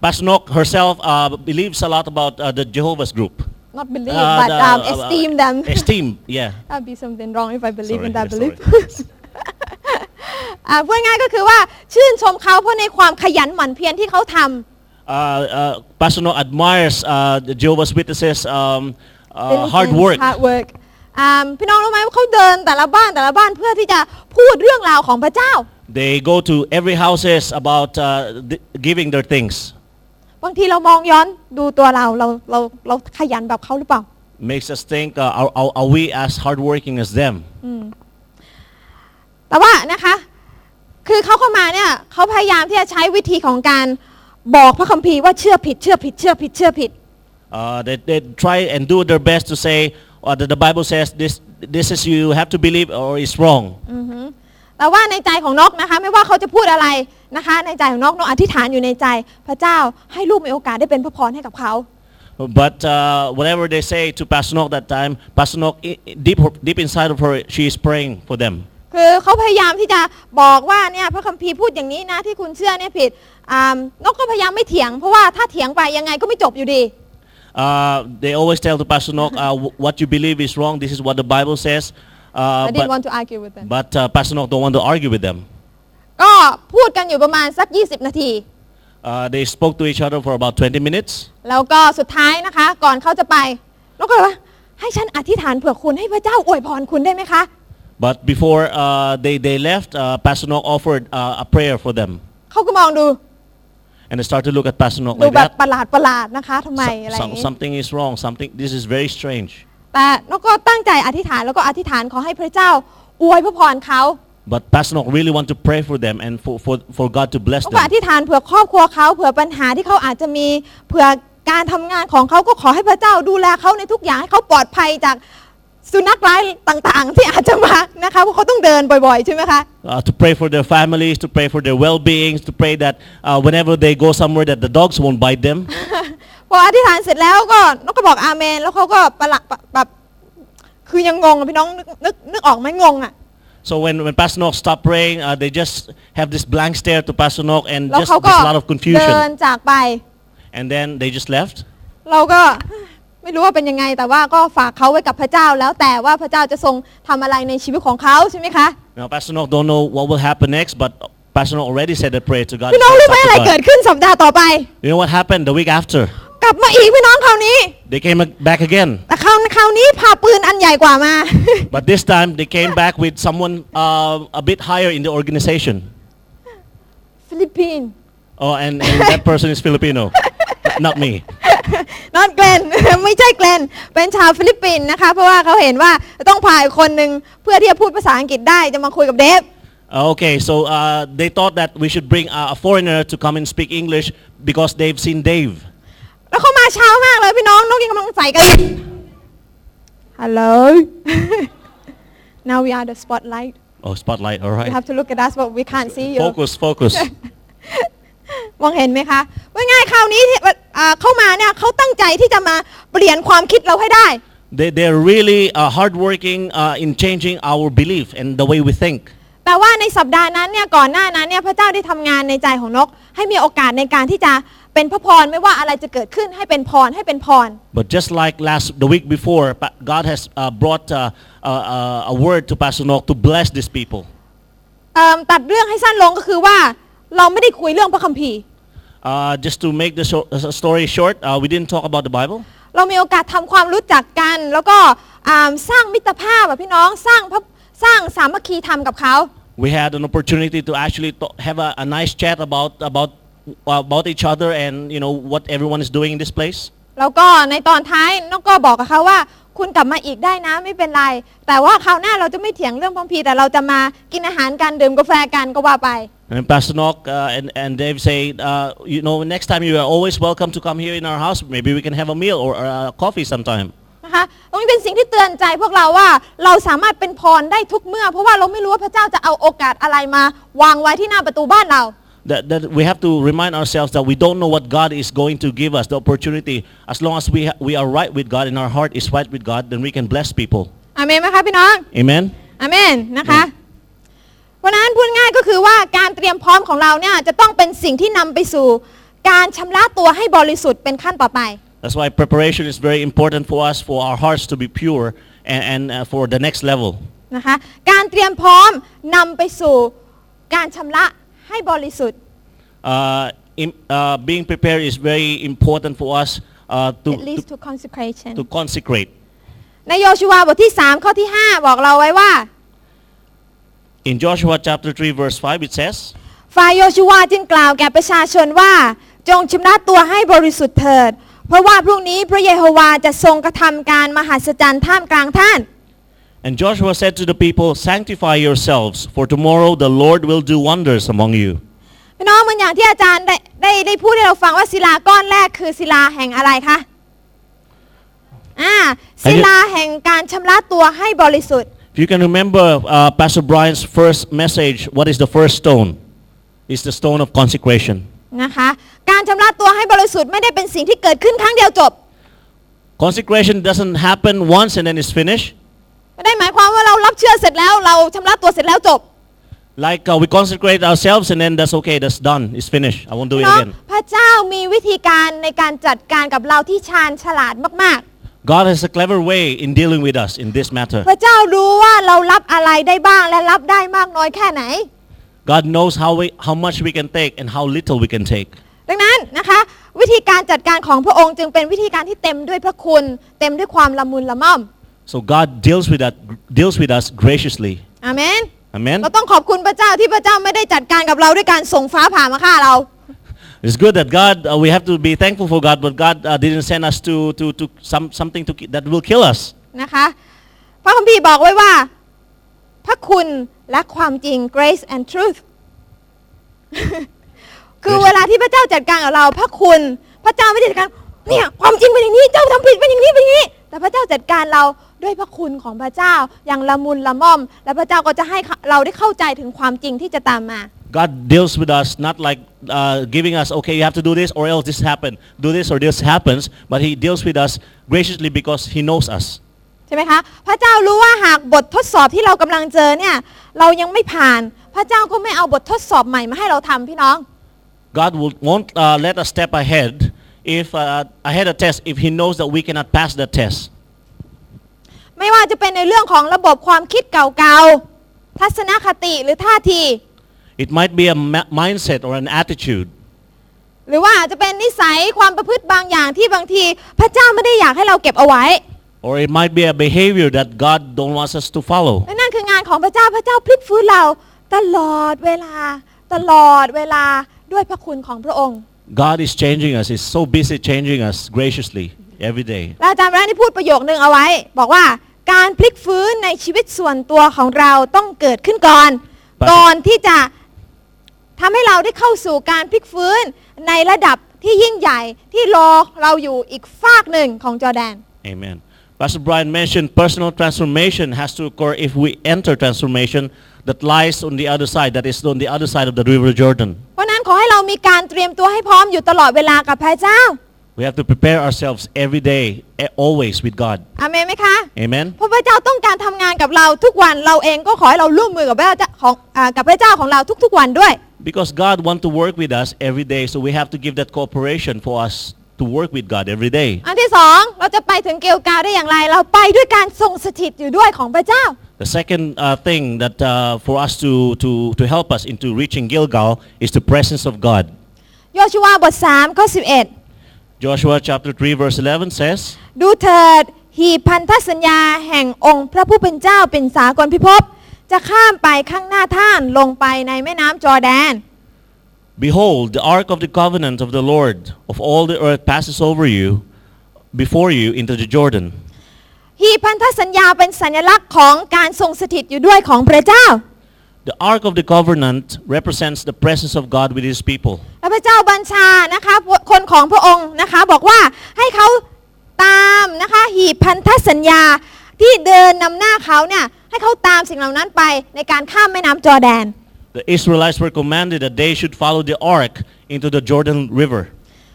Speaker 2: Pastor Nock herself uh, believes a lot about uh, the Jehovah's group.
Speaker 1: not believe
Speaker 2: Uh,
Speaker 1: but
Speaker 2: the,
Speaker 1: um,
Speaker 2: uh,
Speaker 1: esteem them
Speaker 2: Esteem, yeah.
Speaker 1: I'll be something wrong if I believe in
Speaker 2: Sorry,
Speaker 1: that
Speaker 2: yeah,
Speaker 1: belief
Speaker 2: sorry.
Speaker 1: อ่าพูดง่ายๆก็คือว่าชื่นชมเขาเพราะในความขยันหมั่นเพียรที่เขาทำ
Speaker 2: Uh, uh, Pastor Nock admires uh, the Jehovah's Witnesses' um, uh,
Speaker 1: Diligence,
Speaker 2: hard work.
Speaker 1: hard work อ่าพี่น้องรู้ไหมว่าเขาเดินแต่ละบ้านแต่ละบ้านเพื่อที่จะพูดเรื่องราวของพระเจ้า
Speaker 2: They go to every houses about uh, th- giving their things.
Speaker 1: บางทีเรามองย้อนดูตัวเราเราเราเราขยันแบบเขาหรือเปล่า
Speaker 2: Makes us think, uh, are, are, are we as hardworking as them?
Speaker 1: แต่ว่านะคะ คือเขาเข้ามาเนี่ยเขาพยายามที่จะใช้วิธีของการบอกพระคัมภีร์ว่าเชื่อผิดเชื่อผิดเชื่อผิดเชื่อผิด
Speaker 2: Uh, they, they try and do their best to say uh, that the Bible says this, this is you have to believe or it's wrong.
Speaker 1: แต่ว่าในใจของนกนะคะ ไม่ว่าเขาจะพูดอะไรนะคะ ในใจของนกนกอธิษฐานอยู่ในใจพระเจ้าให้ลูกมีโอกาสได้เป็นพระพรให้กับเขา
Speaker 2: But uh, whatever they say to Pastor Nock that time, Pastor Nock, i- i- deep, deep inside of her, she is praying for them.
Speaker 1: คือเขาพยายามที่จะบอกว่าเนี่ยพระคัมภีร์พูดอย่างนี้นะที่คุณเชื่อเนี่ยผิดอ่านกก็พยายามไม่เถียง เพราะว่าถ้าเถียงไปยังไงก็ไม่จบอยู่ดี
Speaker 2: Uh, they always tell to Pastor Nock, uh, w- what you believe is wrong. This is what the Bible says. Uh,
Speaker 1: I didn't
Speaker 2: but
Speaker 1: want to argue with them
Speaker 2: but uh, Pastor Nock don't want to argue with them.
Speaker 1: ก็พูดกันอยู่ประมาณสัก 20 นาที
Speaker 2: Uh, they spoke to each other for about 20 minutes.
Speaker 1: แล้วก็สุดท้ายนะคะ ก่อนเขาจะไปนกก็เลยว่าให้ฉันอธิษฐานเผื่อคุณให้พระเจ้าอวยพรคุณได้ไหมคะ
Speaker 2: But before uh, they, they left, uh, Pastor Nock offered uh, a prayer for them.
Speaker 1: เขาก็มองดู
Speaker 2: And they start to look at Pastor Nock
Speaker 1: ดู
Speaker 2: like
Speaker 1: แบบ
Speaker 2: that.
Speaker 1: ประหลาดประหลาดๆนะคะทำไม
Speaker 2: Some-
Speaker 1: อะไรอ
Speaker 2: some-
Speaker 1: ย่างนี้
Speaker 2: something is wrong. Something. This is very strange.
Speaker 1: แต่นกก็ตั้งใจอธิษฐานแล้วก็อธิษฐานขอให้พระเจ้าอวยพระพรเขา
Speaker 2: But Pastor Nock really want to pray for them and for, for, for God to bless
Speaker 1: เขาก็อ
Speaker 2: them.
Speaker 1: ธิษฐานเผื่อครอบครัวเขาเผื่อปัญหาที่เขาอาจจะมีเผื่อการทำงานของเขาก็ขอให้พระเจ้าดูแลเขาในทุกอย่างให้เขาปลอดภัยจากสุนัขร้ายต่างๆ ที่อาจจะมา นะคะเพราะเขาต้องเดินบ่อยๆใช่ไหมคะ
Speaker 2: Uh, to pray for their families, to pray for their well-being, to pray that uh, whenever they go somewhere that the dogs won't bite them.
Speaker 1: พออธิษฐานเสร็จแล้วก็นกก็บอกอาเมน แล้วเขาก็ประหลาดแบบคือยังงงอะพี่น้องนึกนึกนึกออกไหมงงอ่ะ
Speaker 2: So when, when Pastor Nock stopped praying, uh, they just have this blank stare to Pastor Nock and
Speaker 1: แล้ว
Speaker 2: just,
Speaker 1: เขา
Speaker 2: just
Speaker 1: ก็
Speaker 2: a lot of
Speaker 1: เดิน
Speaker 2: confusion.
Speaker 1: จากไป
Speaker 2: And then they just left.
Speaker 1: เราก็ไม่รู้ว่าเป็นยังไง แต่ว่าก็ฝากเขาไว้กับพระเจ้าแล้วแต่ว่าพระเจ้าจะทรงทำอะไรในชีวิตของเขาใช่ไหมคะ
Speaker 2: Now Pastor Nock don't know what will happen next, but Pastor Nock already said a prayer to God.
Speaker 1: พี่
Speaker 2: and
Speaker 1: น้อง
Speaker 2: prayed
Speaker 1: รู้ไหม
Speaker 2: up to
Speaker 1: อะไร
Speaker 2: God.
Speaker 1: เกิดขึ้นสัปดาห์ต่อไป
Speaker 2: You know what happened the week after?
Speaker 1: กลับมาอีกพี่น้องคราวนี้
Speaker 2: They came ag- back again.
Speaker 1: แต่คราวคราวนี้พาปืนอันใหญ่กว่ามา
Speaker 2: But this time they came back with someone uh, a bit higher in the organization.
Speaker 1: ฟิลิปปินส์
Speaker 2: Oh, and, and that person is Filipino, not me.
Speaker 1: นอนเกลน ไม่ใช่เกลนเป็นชาวฟิลิปปินส์นะคะ เพราะว่าเขาเห็นว่าต้องพาอีกคนหนึ่งเพื่อที่จะพูดภาษาอังกฤษได้จะมาคุยกับเดฟ
Speaker 2: Uh, Okay, so uh, they thought that we should bring uh, a foreigner to come and speak English because they've seen Dave.
Speaker 1: แล้วเขามาเช้ามากเลยพี่น้องนกยังกำลังใส่กันฮัลโหล now we are the spotlight
Speaker 2: Oh, spotlight, all
Speaker 1: you
Speaker 2: right.
Speaker 1: have to look at us but we can't see you
Speaker 2: Focus, focus.
Speaker 1: มองเห็นไหมคะว่าง่ายคราวนี้ที่อ่าเข้ามาเนี่ยเขาตั้งใจที่จะมาเปลี่ยนความคิดเราให้ได้
Speaker 2: they, they're really uh, hardworking uh, in changing our belief and the way we think.
Speaker 1: แต่ว่าในสัปดาห์นั้นเนี่ยก่อนหน้านั้นเนี่ยพระเจ้าได้ทำงานในใจของนก ให้มีโอกาสในการที่จะ เป็นพระพรไม่ว่าอะไรจะเกิดขึ้นให้เป็นพรให้เป็นพร
Speaker 2: But just like last the week before, Pa- God has uh, brought uh, uh, uh, a word to Pastor Nock to bless these people.
Speaker 1: เอิ่มตัดเรื่องให้สั้นลงก็คือว่าเราไม่ได้คุยเรื่องพระคัมภีร์
Speaker 2: Uh, just to make the sho- uh, story short, uh, we didn't talk about the Bible.
Speaker 1: เรามีโอกาสทำความรู้จักกัน แล้วก็อ่าสร้างมิตรภาพอะพี่น้องสร้างพระสร้างสามัคคีธรรมกับเขา
Speaker 2: We had an opportunity to actually to have a, a nice chat about about uh, about each other and you know what everyone is doing in this place.
Speaker 1: แล้วก็ในตอนท้ายน้องก็บอกกับเขาว่า คุณกลับมาอีกได้นะไม่เป็นไร แต่ว่าคราวหน้าเราจะไม่เถียงเรื่องพระคัมภีร์แต่เราจะมากินอาหารกันดื่มกาแฟกันก็ว่าไป
Speaker 2: And then Pastor Nock uh, and, and Dave say, uh, you know, next time you are always welcome to come here in our house. Maybe we can have a meal or uh, coffee sometime.
Speaker 1: นะคะตรงนี้เป็นสิ่งที่เตือนใจพวกเราว่าเราสามารถเป็นพรได้ทุกเมื่อ เพราะว่าเราไม่รู้ว่าพระเจ้าจะเอาโอกาสอะไรมา วางไว้ที่หน้าประตูบ้านเรา
Speaker 2: That, that we have to remind ourselves that we don't know what God is going to give us, the opportunity. As long as we, ha- we are right with God and our heart is right with God, then we can bless people.
Speaker 1: อาเมนไหมคะพี่น้อง
Speaker 2: Amen?
Speaker 1: อาเมนนะคะเพราะฉะนั้นพูดง่ายก็คือว่าการเตรียมพร้อมของเราเนี่ยจะต้องเป็นสิ่งที่นำไปสู่ การชำระตัวให้บริสุทธิ์เป็นขั้นต่อไป
Speaker 2: That's why preparation is very important for us, for our hearts to be pure and, and uh, for the next level.
Speaker 1: นะคะการเตรียมพร้อมนำไปสู่การชำระให้บริสุทธิ์
Speaker 2: Uh, im- uh, being prepared is very important for us uh, to,
Speaker 1: it leads to
Speaker 2: to,
Speaker 1: consecration
Speaker 2: to consecrate.
Speaker 1: ในโยชูวาบทที่ 3 ข้อที่ 5 บอกเราไว้ว่า
Speaker 2: In Joshua chapter 3 verse 5 it says,
Speaker 1: ฝ่ายโยชูวาจึงกล่าวแก่ประชาชนว่า จงชำระตัวให้บริสุทธิ์เถิด เพราะว่าพรุ่งนี้พระเยโฮวาจะทรงกระทำการมหัศจรรย์ท่ามกลางท่าน
Speaker 2: And Joshua said to the people, Sanctify yourselves, for tomorrow the Lord will do wonders among you.
Speaker 1: พี่น้องเหมือนอย่างที่อาจารย์ได้ได้ได้พูดให้เราฟังว่าศิลาก้อนแรกคือศิลาแห่งอะไรคะอ่าศิลาแห่งการชำระตัวให้บริสุทธิ์
Speaker 2: If you can remember uh, Pastor Brian's first message, what is the first stone? It's the stone of consecration.
Speaker 1: นะคะ การชำระตัวให้บริสุทธิ์ไม่ได้เป็นสิ่งที่เกิดขึ้นครั้งเดียวจบ
Speaker 2: Consecration doesn't happen once and then it's finished.
Speaker 1: ไม่ได้หมายความว่าเรารับเชื่อเสร็จแล้วเราชำระตัวเสร็จแล้วจบ
Speaker 2: Like uh, we consecrate ourselves and then that's okay, that's done, it's finished. I won't do it
Speaker 1: เนาะ
Speaker 2: again.
Speaker 1: พระเจ้ามีวิธีการในการจัดการกับเราที่ชาญฉลาดมาก
Speaker 2: God has a clever way in dealing with us in this matter.
Speaker 1: ๆ พระเจ้ารู้ว่าเรารับอะไรได้บ้างและรับได้มากน้อยแค่ไหน
Speaker 2: God knows how, we, how much we can take and how little we can take.
Speaker 1: ดังนั้นนะคะ วิธีการจัดการของพระองค์จึงเป็นวิธีการที่เต็มด้วยพระคุณ เต็มด้วยความละมุนละม่อม
Speaker 2: So God deals with, that, deals with us graciously.
Speaker 1: อาเมน
Speaker 2: Amen?
Speaker 1: เราต้องขอบคุณพระเจ้าที่พระเจ้าไม่ได้จัดการกับเราด้วยการส่งฟ้าผ่ามาฆ่าเรา
Speaker 2: It's good that God, uh, we have to be thankful for God, but God uh, didn't send us to, to, to some, something to, ki- that will kill us.
Speaker 1: นะคะพระคัมภีร์บอกไว้ว่า พระคุณและความจริง grace and truth คือ
Speaker 2: Grace.
Speaker 1: เวลาที่พระเจ้าจัดการกับเรา พระคุณพระเจ้าไม่ได้จัดการเนี่ยความจริงเป็นอย่างนี้เจ้าทำผิดเป็นอย่างนี้เป็นอย่างนี้ แต่พระเจ้าจัดการเราด้วยพระคุณของพระเจ้าอย่างละมุนละม่อม และพระเจ้าก็จะให้เราได้เข้าใจถึงความจริงที่จะตามมา
Speaker 2: God deals with us not like uh, giving us, okay, you have to do this or else this happen, do this or this happens, but He deals with us graciously because He knows us.
Speaker 1: ใช่ไหมคะพระเจ้ารู้ว่าหากบททดสอบที่เรากำลังเจอเนี่ยเรายังไม่ผ่าน พระเจ้าก็ไม่เอาบททดสอบใหม่มาให้เราทำพี่น้อง
Speaker 2: God will, won't uh, let us step ahead if uh, ahead of test if He knows that we cannot pass that test.
Speaker 1: ไม่ว่าจะเป็นในเรื่องของระบบความคิดเก่าๆ ทัศนคติหรือท่าที
Speaker 2: It might be a ma- mindset or an attitude.
Speaker 1: หรือว่าอาจจะเป็นนิสัยความประพฤติบางอย่างที่บางที พระเจ้าไม่ได้อยากให้เราเก็บเอาไว้
Speaker 2: Or it might be a behavior that God don't want us to follow.
Speaker 1: และนั่นคืองานของพระเจ้าพระเจ้าพลิกฟื้นเราตลอดเวลา ตลอดเวลาด้วยพระคุณของพระองค์
Speaker 2: God is changing us. He's so busy changing us graciously every day.
Speaker 1: และอาจารย์แร้ได้พูดประโยคนึงเอาไว้ บอกว่าการพลิกฟื้นในชีวิตส่วนตัวของเราต้องเกิดขึ้นก่อน
Speaker 2: ปะ
Speaker 1: ก่อนที่จะทำให้เราได้เข้าสู่การพลิกฟื้นในระดับที่ยิ่งใหญ่ที่รอเราอยู่อีกฝากหนึ่งของจอร์แดน
Speaker 2: Amen. Pastor Brian mentioned personal transformation has to occur if we enter transformation that lies on the other side, that is on the other side of the River Jordan.
Speaker 1: เพราะฉะนั้นขอให้เรามีการเตรียมตัวให้พร้อมอยู่ตลอดเวลากับพระเจ้า
Speaker 2: We have to prepare ourselves every day, eh, always with God.
Speaker 1: อาเมนไหมคะ
Speaker 2: Amen.
Speaker 1: เพราะพระเจ้าต้องการทำงานกับเราทุกวันเราเองก็ขอให้เราร่วมมือกับพระเจ้าของอากับพระเจ้าของเราทุกๆวันด้วย
Speaker 2: Because God wants to work with us every day, so we have to give that cooperation for us to work with God every day.
Speaker 1: อันที่สองเราจะไปถึงเกลกาได้อย่างไร เราไปด้วยการทรงสถิตอยู่ด้วยของพระเจ้า
Speaker 2: The second uh, thing that uh, for us to, to, to help us into reaching Gilgal is the presence of God.
Speaker 1: โยชูวาบท3ข้อ11
Speaker 2: Joshua chapter 3 verse 11 says,
Speaker 1: ดูเถิดหีบพันธสัญญาแห่งองค์พระผู้เป็นเจ้าเป็นสากลพิภพ จะข้ามไปข้างหน้าท่านลงไปในแม่น้ำจอร์แดน
Speaker 2: Behold, the ark of the covenant of the Lord of all the earth passes over you, before you into the Jordan.
Speaker 1: หีบพันธสัญญาเป็นสัญลักษณ์ของการทรงสถิตอยู่ด้วยของพระเจ้า
Speaker 2: The ark of the covenant represents the presence of God with his people.
Speaker 1: และพระเจ้าบัญชานะคะคนของพระองค์นะคะบอกว่าให้เขาตามนะคะหีบพันธสัญญาที่เดินนำหน้าเขาเนี่ยให้เขาตามสิ่งเหล่านั้นไปในการข้ามแม่น้ำจอร์แดน
Speaker 2: The Israelites were commanded that they should follow the ark into the Jordan River.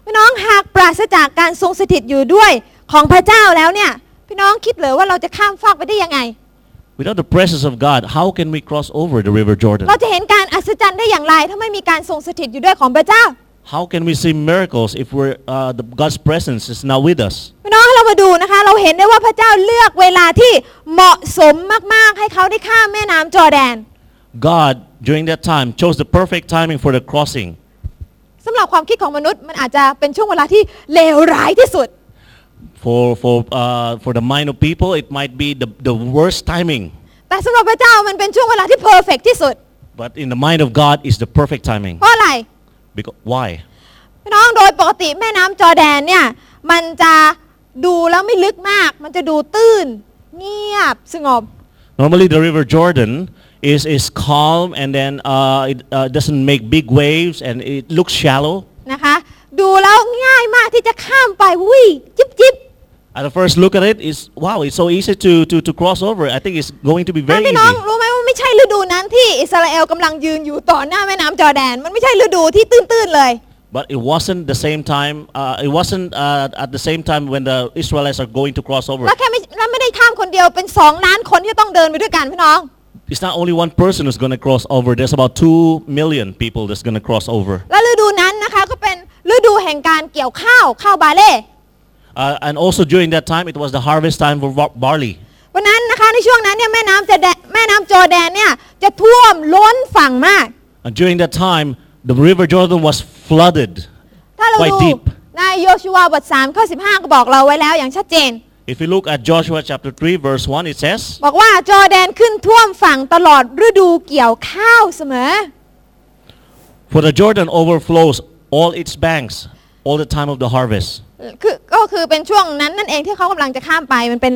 Speaker 1: พี่น้องหากปราศจากการทรงสถิตอยู่ด้วยของพระเจ้าแล้วเนี่ยพี่น้องคิดเหรือว่าเราจะข้ามฟากไปได้ยังไง
Speaker 2: Without the presence of God, how can we cross over the River Jordan?
Speaker 1: เราจะเห็นการอัศจรรย์ได้อย่างไรถ้าไม่มีการทรงสถิตอยู่ด้วยของพระเจ้า
Speaker 2: How can we see miracles if we're, uh, the, God's presence is not with us?
Speaker 1: พี่น้องเรามาดูนะคะเราเห็นได้ว่าพระเจ้าเลือกเวลาที่เหมาะสมมากๆ ให้เขาได้ข้ามแม่น้ำจอร์แดน
Speaker 2: God, during that time, chose the perfect timing for the crossing.
Speaker 1: สำหรับความคิดของมนุษย์มันอาจจะเป็นช่วงเวลาที่เลวร้ายที่สุด
Speaker 2: For, for, uh, for the mind of people, it might be the, the worst timing.
Speaker 1: แต่สำหรับพระเจ้ามันเป็นช่วงเวลาที่เพอร์เฟกที่สุด
Speaker 2: But in the mind of God, it's the perfect timing.
Speaker 1: เพราะอะไร
Speaker 2: Because, why?
Speaker 1: พี่น้องโดยปกติแม่น้ำจอร์แดนเนี่ยมันจะดูแล้วไม่ลึกมาก มันจะดูตื้น เงียบสงบ
Speaker 2: Normally, the River Jordan is, is calm and then uh, it uh, doesn't make big waves and it looks shallow.
Speaker 1: นะคะ ดูแล้วง่ายมากที่จะข้ามไปวิ่งจิบจิบ
Speaker 2: At the first look at it, it's wow, it's so easy to, to, to cross over. I think it's going to be
Speaker 1: แต่
Speaker 2: very
Speaker 1: พี่น้อง
Speaker 2: easy.
Speaker 1: รู้ไหมว่าไม่ใช่ฤดูนั้นที่อิสราเอลกำลังยืนอยู่ต่อหน้าแม่น้ำจอร์แดน มันไม่ใช่ฤดูที่ตื้นๆเลย
Speaker 2: But it wasn't the same time. Uh, it wasn't uh, at the same time when the Israelites are going to cross over.
Speaker 1: แล้วแค่ไม่แล้วไม่ได้ข้ามคนเดียวเป็นสองล้านคนที่จะต้องเดินไปด้วยกันพี่น้อง
Speaker 2: It's not only one person who's going to cross over. There's about two million people that's going to cross over.
Speaker 1: และฤดูนั้นนะคะก็เป็นฤดูแห่งการเกี่ยวข้าวข้าวบาเล่
Speaker 2: Uh, and also during that time, it was the harvest time for bar- barley.
Speaker 1: วันนั้นนะคะในช่วงนั้นเนี่ยแม่น้ำจะแดแม่น้ำจอร์แดนเนี่ยจะท่วมล้นฝั่งมาก
Speaker 2: And during that time, the River Jordan was flooded.
Speaker 1: ถ้าเรา
Speaker 2: Quite
Speaker 1: ดู
Speaker 2: deep
Speaker 1: ในโยชูวาบท3ข้อ15 ก็บอกเราไว้แล้วอย่างชัดเจน
Speaker 2: If you look at Joshua chapter 3 verse 1, it says,
Speaker 1: บอกว่าจอร์แดนขึ้นท่วมฝั่งตลอดฤดูเกี่ยวข้าวเสมอ
Speaker 2: For the Jordan overflows all its banks all the time of the harvest.
Speaker 1: คือก็คือเป็นช่วงนั้นนั่นเองที่เขากำลังจะข้ามไปมันเป็น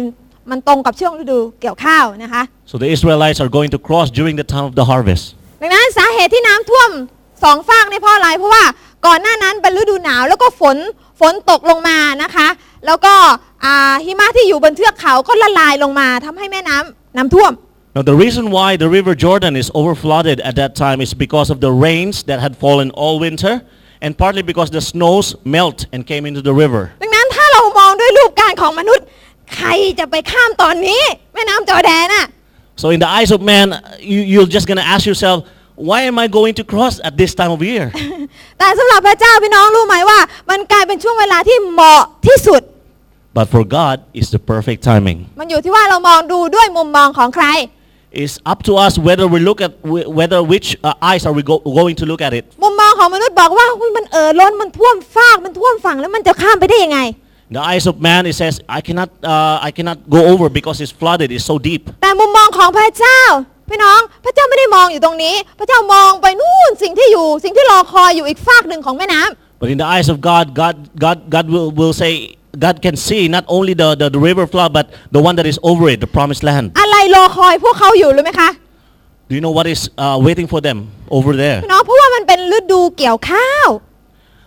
Speaker 1: มันตรงกับช่วงฤดูเกี่ยวข้าวนะคะ
Speaker 2: So the Israelites are going to cross during the time of the harvest.
Speaker 1: ดังนั้นสาเหตุที่น้ำท่วมสองฝากเนี่ยเพราะอะไรเพราะว่าก่อนหน้านั้นเป็นฤดูหนาวแล้วก็ฝนฝนตกลงมานะคะ แล้วก็อ่าหิมะที่อยู่บนเทือกเขาก็ละลายลงมาทำให้แม่น้ำน้ำท่วม
Speaker 2: Now the reason why the river Jordan is overflooded at that time is because of the rains that had fallen all winter and partly because the snows melt and came into the river.
Speaker 1: ดังนั้นถ้าเรามองด้วยรูปการของมนุษย์ ใครจะไปข้ามตอนนี้ แม่น้ำจอร์แดนน่ะ
Speaker 2: So in the eyes of man, you, you're just going to ask yourself, why am I going to cross at this time of year?
Speaker 1: แต่สำหรับพระเจ้าพี่น้องรู้ไหมว่า มันกลายเป็นช่วงเวลาที่เหมาะที่สุด
Speaker 2: but for God, it's the perfect timing.
Speaker 1: มันอยู่ที่ว่าเรามองดูด้วยมุมมองของใคร
Speaker 2: It's up to us whether we look at wh- whether which uh, eyes are we go, going to look at it.
Speaker 1: มุมมองของมนุษย์บอกว่าอุ๊ยมันเอ่อล้นมันท่วมฟากมันท่วมฝั่งแล้วมันจะข้ามไปได้ยังไง
Speaker 2: In the eyes of man, it says, I cannot, uh, I cannot go over because it's flooded. It's so deep.
Speaker 1: แต่มุมมองของพระเจ้า พี่น้องพระเจ้าไม่ได้มองอยู่ตรงนี้ พระเจ้ามองไปนู่นสิ่งที่อยู่ สิ่งที่รอคอยอยู่อีกฝากหนึ่งของแม่น้ำ
Speaker 2: But in the eyes of God, God, God, God will, will say, God can see not only the, the, the river flood, but the one that is over it, the promised land.
Speaker 1: อะไรรอคอยพวกเขาอยู่รู้ไหมคะ
Speaker 2: Do you know what is uh, waiting for them over there?
Speaker 1: พี่น้องเพราะว่ามันเป็นฤดูเกี่ยวข้าว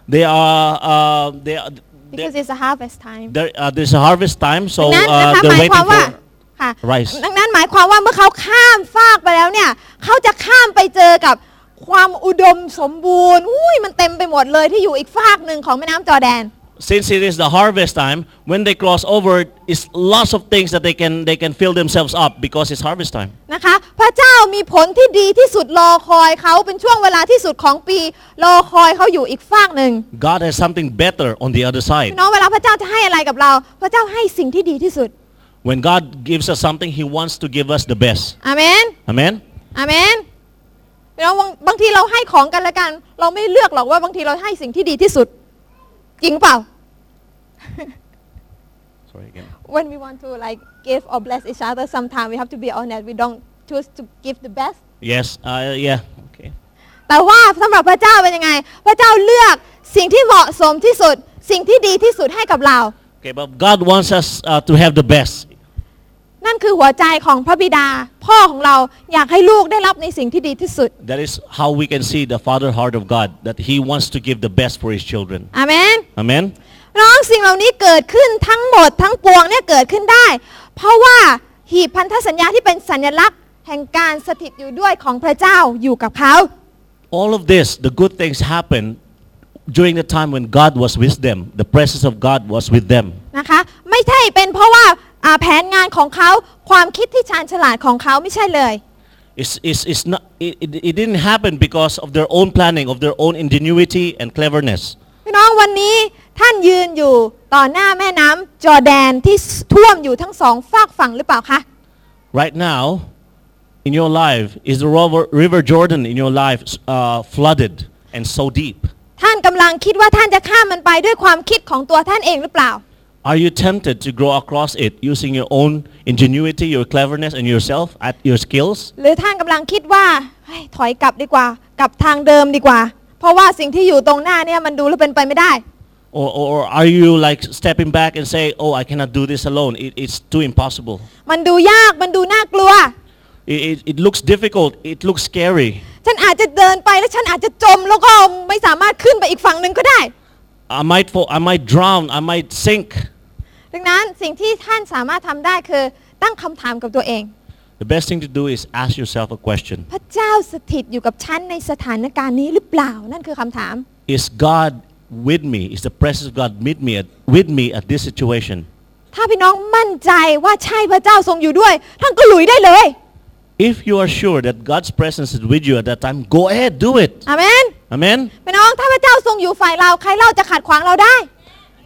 Speaker 2: They are, uh, they are, they-
Speaker 1: because it's a harvest time
Speaker 2: there, uh, there's a harvest time,
Speaker 1: ดั
Speaker 2: so
Speaker 1: งนั้นนะ
Speaker 2: uh,
Speaker 1: คะ
Speaker 2: they're
Speaker 1: หมาย
Speaker 2: waiting
Speaker 1: ความว่า
Speaker 2: for.
Speaker 1: ค่ะ
Speaker 2: rice
Speaker 1: ดังนั้นหมายความว่าเมื่อเขาข้ามฟากไปแล้วเนี่ยเขาจะข้ามไปเจอกับความอุดมสมบูรณ์อุ้ยมันเต็มไปหมดเลยที่อยู่อีกฟากหนึ่งของแม่น้ำจอร์แดน
Speaker 2: Since it is the harvest time, when they cross over, it's lots of things that they can, they can fill themselves up because it's harvest time.
Speaker 1: นะคะพระ ระเจ้ามีผลที่ดีที่สุดรอคอยเขาเป็นช่วงเวลาที่สุดของปี รอคอยเขาอยู่อีกฝากหนึ่ง
Speaker 2: God has something better on the other
Speaker 1: พี่
Speaker 2: side.
Speaker 1: น้องเวลาพระเจ้าจะให้อะไรกับเรา พระเจ้าให้สิ่งที่ดีที่สุด
Speaker 2: When God gives us something, He wants to give us the best.
Speaker 1: อาเมน
Speaker 2: Amen?
Speaker 1: อาเมนพี่น้องบางบางทีเราให้ของกันและกัน เราไม่เลือกหรอกว่าบางทีเราให้สิ่งที่ดีที่สุด จริงเปล่า
Speaker 2: Sorry again.
Speaker 1: when we want to like give or bless each other sometimes we have to be honest we don't choose to give the best
Speaker 2: Yes, uh, yeah. Okay.
Speaker 1: แต่ว่าสำหรับพระเจ้าเป็นยังไง พระเจ้าเลือกสิ่งที่เหมาะสมที่สุด สิ่งที่ดีที่สุดให้กับเรา
Speaker 2: Okay, but God wants us uh, to have the best.
Speaker 1: นั่นคือหัวใจของพระบิดา พ่อของเราอยากให้ลูกได้รับในสิ่งที่ดีที่สุด
Speaker 2: That is how we can see the father heart of God, that He wants to give the best for His children.
Speaker 1: อาเมน
Speaker 2: Amen?
Speaker 1: น้องสิ่งเหล่านี้เกิดขึ้นทั้งหมดทั้งปวงเนี่ยเกิดขึ้นได้ เพราะว่าหีบพันธสัญญาที่เป็นสัญลักษณ์ แห่งการสถิตอยู่ด้วยของพระเจ้าอยู่กับเขา
Speaker 2: All of this, the good things happened during the time when God was with them. The presence of God was with them.
Speaker 1: นะคะไม่ใช่เป็นเพราะว่าอ่าแผนงานของเขาความคิดที่ชาญฉลาดของเขาไม่ใช่เลย
Speaker 2: It's, it's, it's not, it, it, it didn't happen because of their own planning, of their own ingenuity and cleverness.
Speaker 1: พี่น้องวันนี้ท่านยืนอยู่ต่อหน้าแม่น้ำจอร์แดนที่ท่วมอยู่ทั้งสองฝากฝั่งหรือเปล่าคะ
Speaker 2: Right now, in your life, is the river, river Jordan in your life uh, flooded and so deep?
Speaker 1: ท่านกำลังคิดว่าท่านจะข้ามมันไปด้วยความคิดของตัวท่านเองหรือเปล่า
Speaker 2: Are you tempted to go across it using your own ingenuity, your cleverness, and yourself at your skills?
Speaker 1: หรือท่านกำลังคิดว่าเฮ้ยถอยกลับดีกว่ากลับทางเดิมดีกว่า เพราะว่าสิ่งที่อยู่ตรงหน้าเนี่ยมันดูแล้วเป็นไปไม่ได้
Speaker 2: Or, or, or are you like stepping back and say, oh, I cannot do this alone. It, it's too impossible.
Speaker 1: มันดูยากมันดูน่ากลัว
Speaker 2: It, it, it looks difficult. It looks scary.
Speaker 1: ฉันอาจจะเดินไปแล้วฉันอาจจะจมแล้วก็ไม่สามารถขึ้นไปอีกฝั่งหนึ่งก็ได้
Speaker 2: I might fall. I might drown. I might sink.
Speaker 1: ดังนั้นสิ่งที่ท่านสามารถทำได้คือตั้งคำถามกับตัวเอง
Speaker 2: The best thing to do is ask yourself a question.
Speaker 1: พระเจ้าสถิตอยู่กับฉันในสถานการณ์นี้หรือเปล่านั่นคือคำถาม
Speaker 2: Is God with me? Is the presence of God with me at, with me at this situation?
Speaker 1: ถ้าพี่น้องมั่นใจว่าใช่พระเจ้าทรงอยู่ด้วย ท่านก็ลุยได้เลย
Speaker 2: If you are sure that God's presence is with you at that time, go ahead, do it.
Speaker 1: อาเมน
Speaker 2: Amen.
Speaker 1: พี่น้องถ้าพระเจ้าทรงอยู่ฝ่ายเราใครเล่าจะขัดขวางเราได้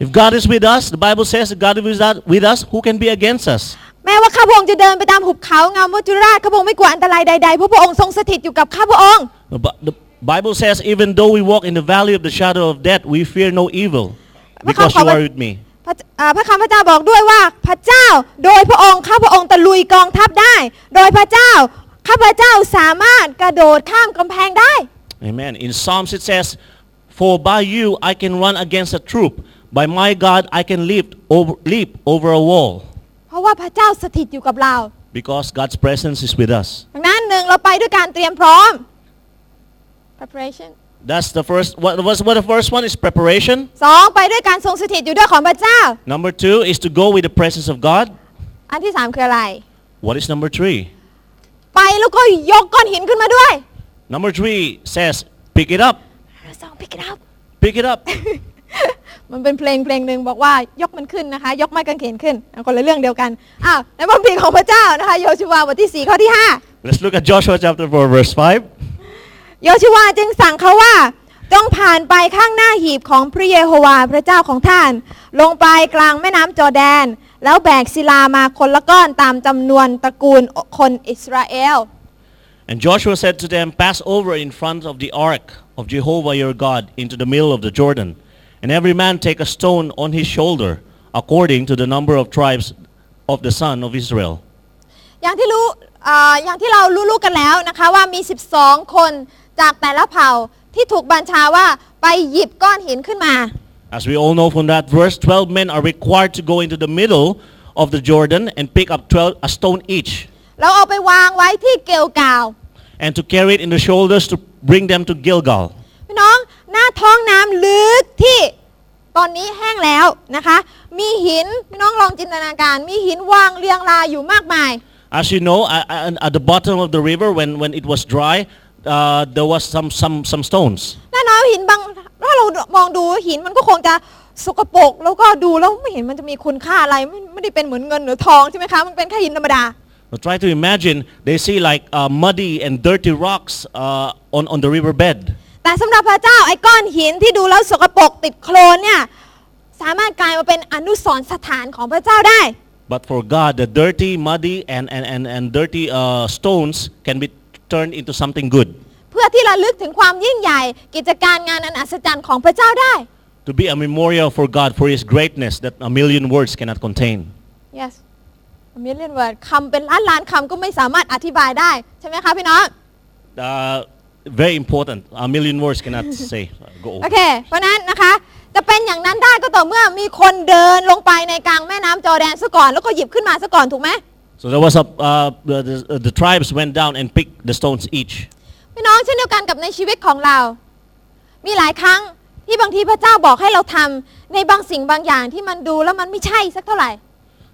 Speaker 2: If God is with us, the Bible says that God is with us- with us, who can be against us?
Speaker 1: แม้ว่าข้าพระองค์จะเดินไปตามหุบเขาเงามวจุราชข้าพระองค์ไม่กลัวอันตรายใดๆเพราะพระองค์ทรงสถิตอยู่กับข้าพระองค์
Speaker 2: The Bi- the Bible says, even though we walk in the valley of the shadow of death, we fear no evil because you are with me.
Speaker 1: พระอ่าพระคำพระเจ้าบอกด้วยว่าพระเจ้าโดยพระองค์ข้าพระองค์ตะลุยกองทัพได้ โดยพระเจ้าข้าพระเจ้าสามารถกระโดดข้ามกำแพงได้
Speaker 2: Amen. In Psalms it says, For by you I can run against a troop. By my God I can leap over, leap over a wall.
Speaker 1: เพราะว่าพระเจ้าสถิตอยู่กับเรา
Speaker 2: Because God's presence is with us.
Speaker 1: ดังนั้นหนึ่งเราไปด้วยการเตรียมพร้อม preparation
Speaker 2: That's the first, what was what the first one is preparation.
Speaker 1: สองไปด้วยการทรงสถิตอยู่ด้วยของพระเจ้า
Speaker 2: Number two is to go with the presence of God.
Speaker 1: อันที่สามคืออะไร
Speaker 2: What is number three?
Speaker 1: ไปแล้วก็ยกก้อนหินขึ้นมาด้วย
Speaker 2: Number three says, pick it up,
Speaker 1: สอง pick it up
Speaker 2: pick it up.
Speaker 1: มันเป็นเพลงเพลงหนึ่งบอกว่ายกมันขึ้นนะคะ ยกไม้กางเขนขึ้นอ่ะคนละเรื่องเดียวกันอ้าวในพระคัมภีร์ของพระเจ้านะคะโยชูวาบทที่ 4 ข้อที่
Speaker 2: Let's look at Joshua chapter 4 verse 5.
Speaker 1: 5 โยชูวาจึงสั่งเขาว่าจงผ่านไปข้างหน้าหีบของพระเยโฮวาพระเจ้าของท่าน ลงไปกลางแม่น้ำจอร์แดน แล้วแบกศิลามาคนละก้อนตามจำนวนตระกูลคนอิสราเอล
Speaker 2: And Joshua said to them, Pass over in front of the ark of Jehovah your God into the middle of the Jordan, and every man take a stone on his shoulder, according to the number of tribes of the son of Israel.
Speaker 1: อย่างที่รู้เอ่ออย่างที่เรารู้ๆกันแล้วนะคะว่ามี 12 คนจากแต่ละเผ่าที่ถูกบัญชาว่าไปหยิบก้อนหินขึ้นมา
Speaker 2: As we all know from that verse, 12 men are required to go into the middle of the Jordan and pick up 12 a stone each,
Speaker 1: แล้วเอาไปวางไว้ที่เกลกาว
Speaker 2: and to carry it in the shoulders to bring them to Gilgal.
Speaker 1: พี่น้องหน้าท้องน้ำลึกที่ตอนนี้แห้งแล้วนะคะ มีหินพี่น้องลองจินตนาการ มีหินวางเรียงรายอยู่มากมาย
Speaker 2: As you know, a- a- at the bottom of the river, when, when it was dry, uh, there was some, some, some stones.
Speaker 1: แน่นอนหินบางถ้าเรามองดูหินมันก็คงจะสกปรกแล้วก็ดูแล้วไม่เห็นมันจะมีคุณค่าอะไรไม่ไม่ได้เป็นเหมือนเงินหรือทองใช่ไหมคะมันเป็นแค่หินธรรมดา
Speaker 2: Now try to imagine, they see like uh, muddy and dirty rocks uh, on, on the riverbed.
Speaker 1: แต่สำหรับพระเจ้าไอ้ก้อนหินที่ดูแล้วสกปรกติดโคลนเนี่ยสามารถกลายมาเป็นอนุสรณ์สถานของพระเจ้าได้
Speaker 2: But for God, the dirty, muddy, and, and, and, and dirty uh, stones can be turned into something good.
Speaker 1: เพื่อที่ระลึกถึงความยิ่งใหญ่กิจการงานอันอัศจรรย์ของพระเจ้าได้
Speaker 2: To be a memorial for God, for His greatness that a million words cannot contain.
Speaker 1: yes a million word คำเป็นล้านล้านๆคำก็ไม่สามารถอธิบายได้ ใช่ไหมคะพี่น้อง
Speaker 2: Uh, very important. A million words cannot say. Go
Speaker 1: โอ
Speaker 2: over.
Speaker 1: เค เพราะนั้นนะคะ จะเป็นอย่างนั้นได้ก็ต่อเมื่อมีคนเดินลงไปในกลางแม่น้ำจอร์แดนซะก่อน แล้วก็หยิบขึ้นมาซะก่อนถูกไหม
Speaker 2: So there was a, uh, the, the, the tribes went down and picked the stones each.
Speaker 1: พี่น้องเช่นเดียวกันกับในชีวิตของเรา มีหลายครั้งที่บางทีพระเจ้าบอกให้เราทำในบางสิ่งบางอย่างที่มันดูแล้วมันไม่ใช่สักเท่าไหร่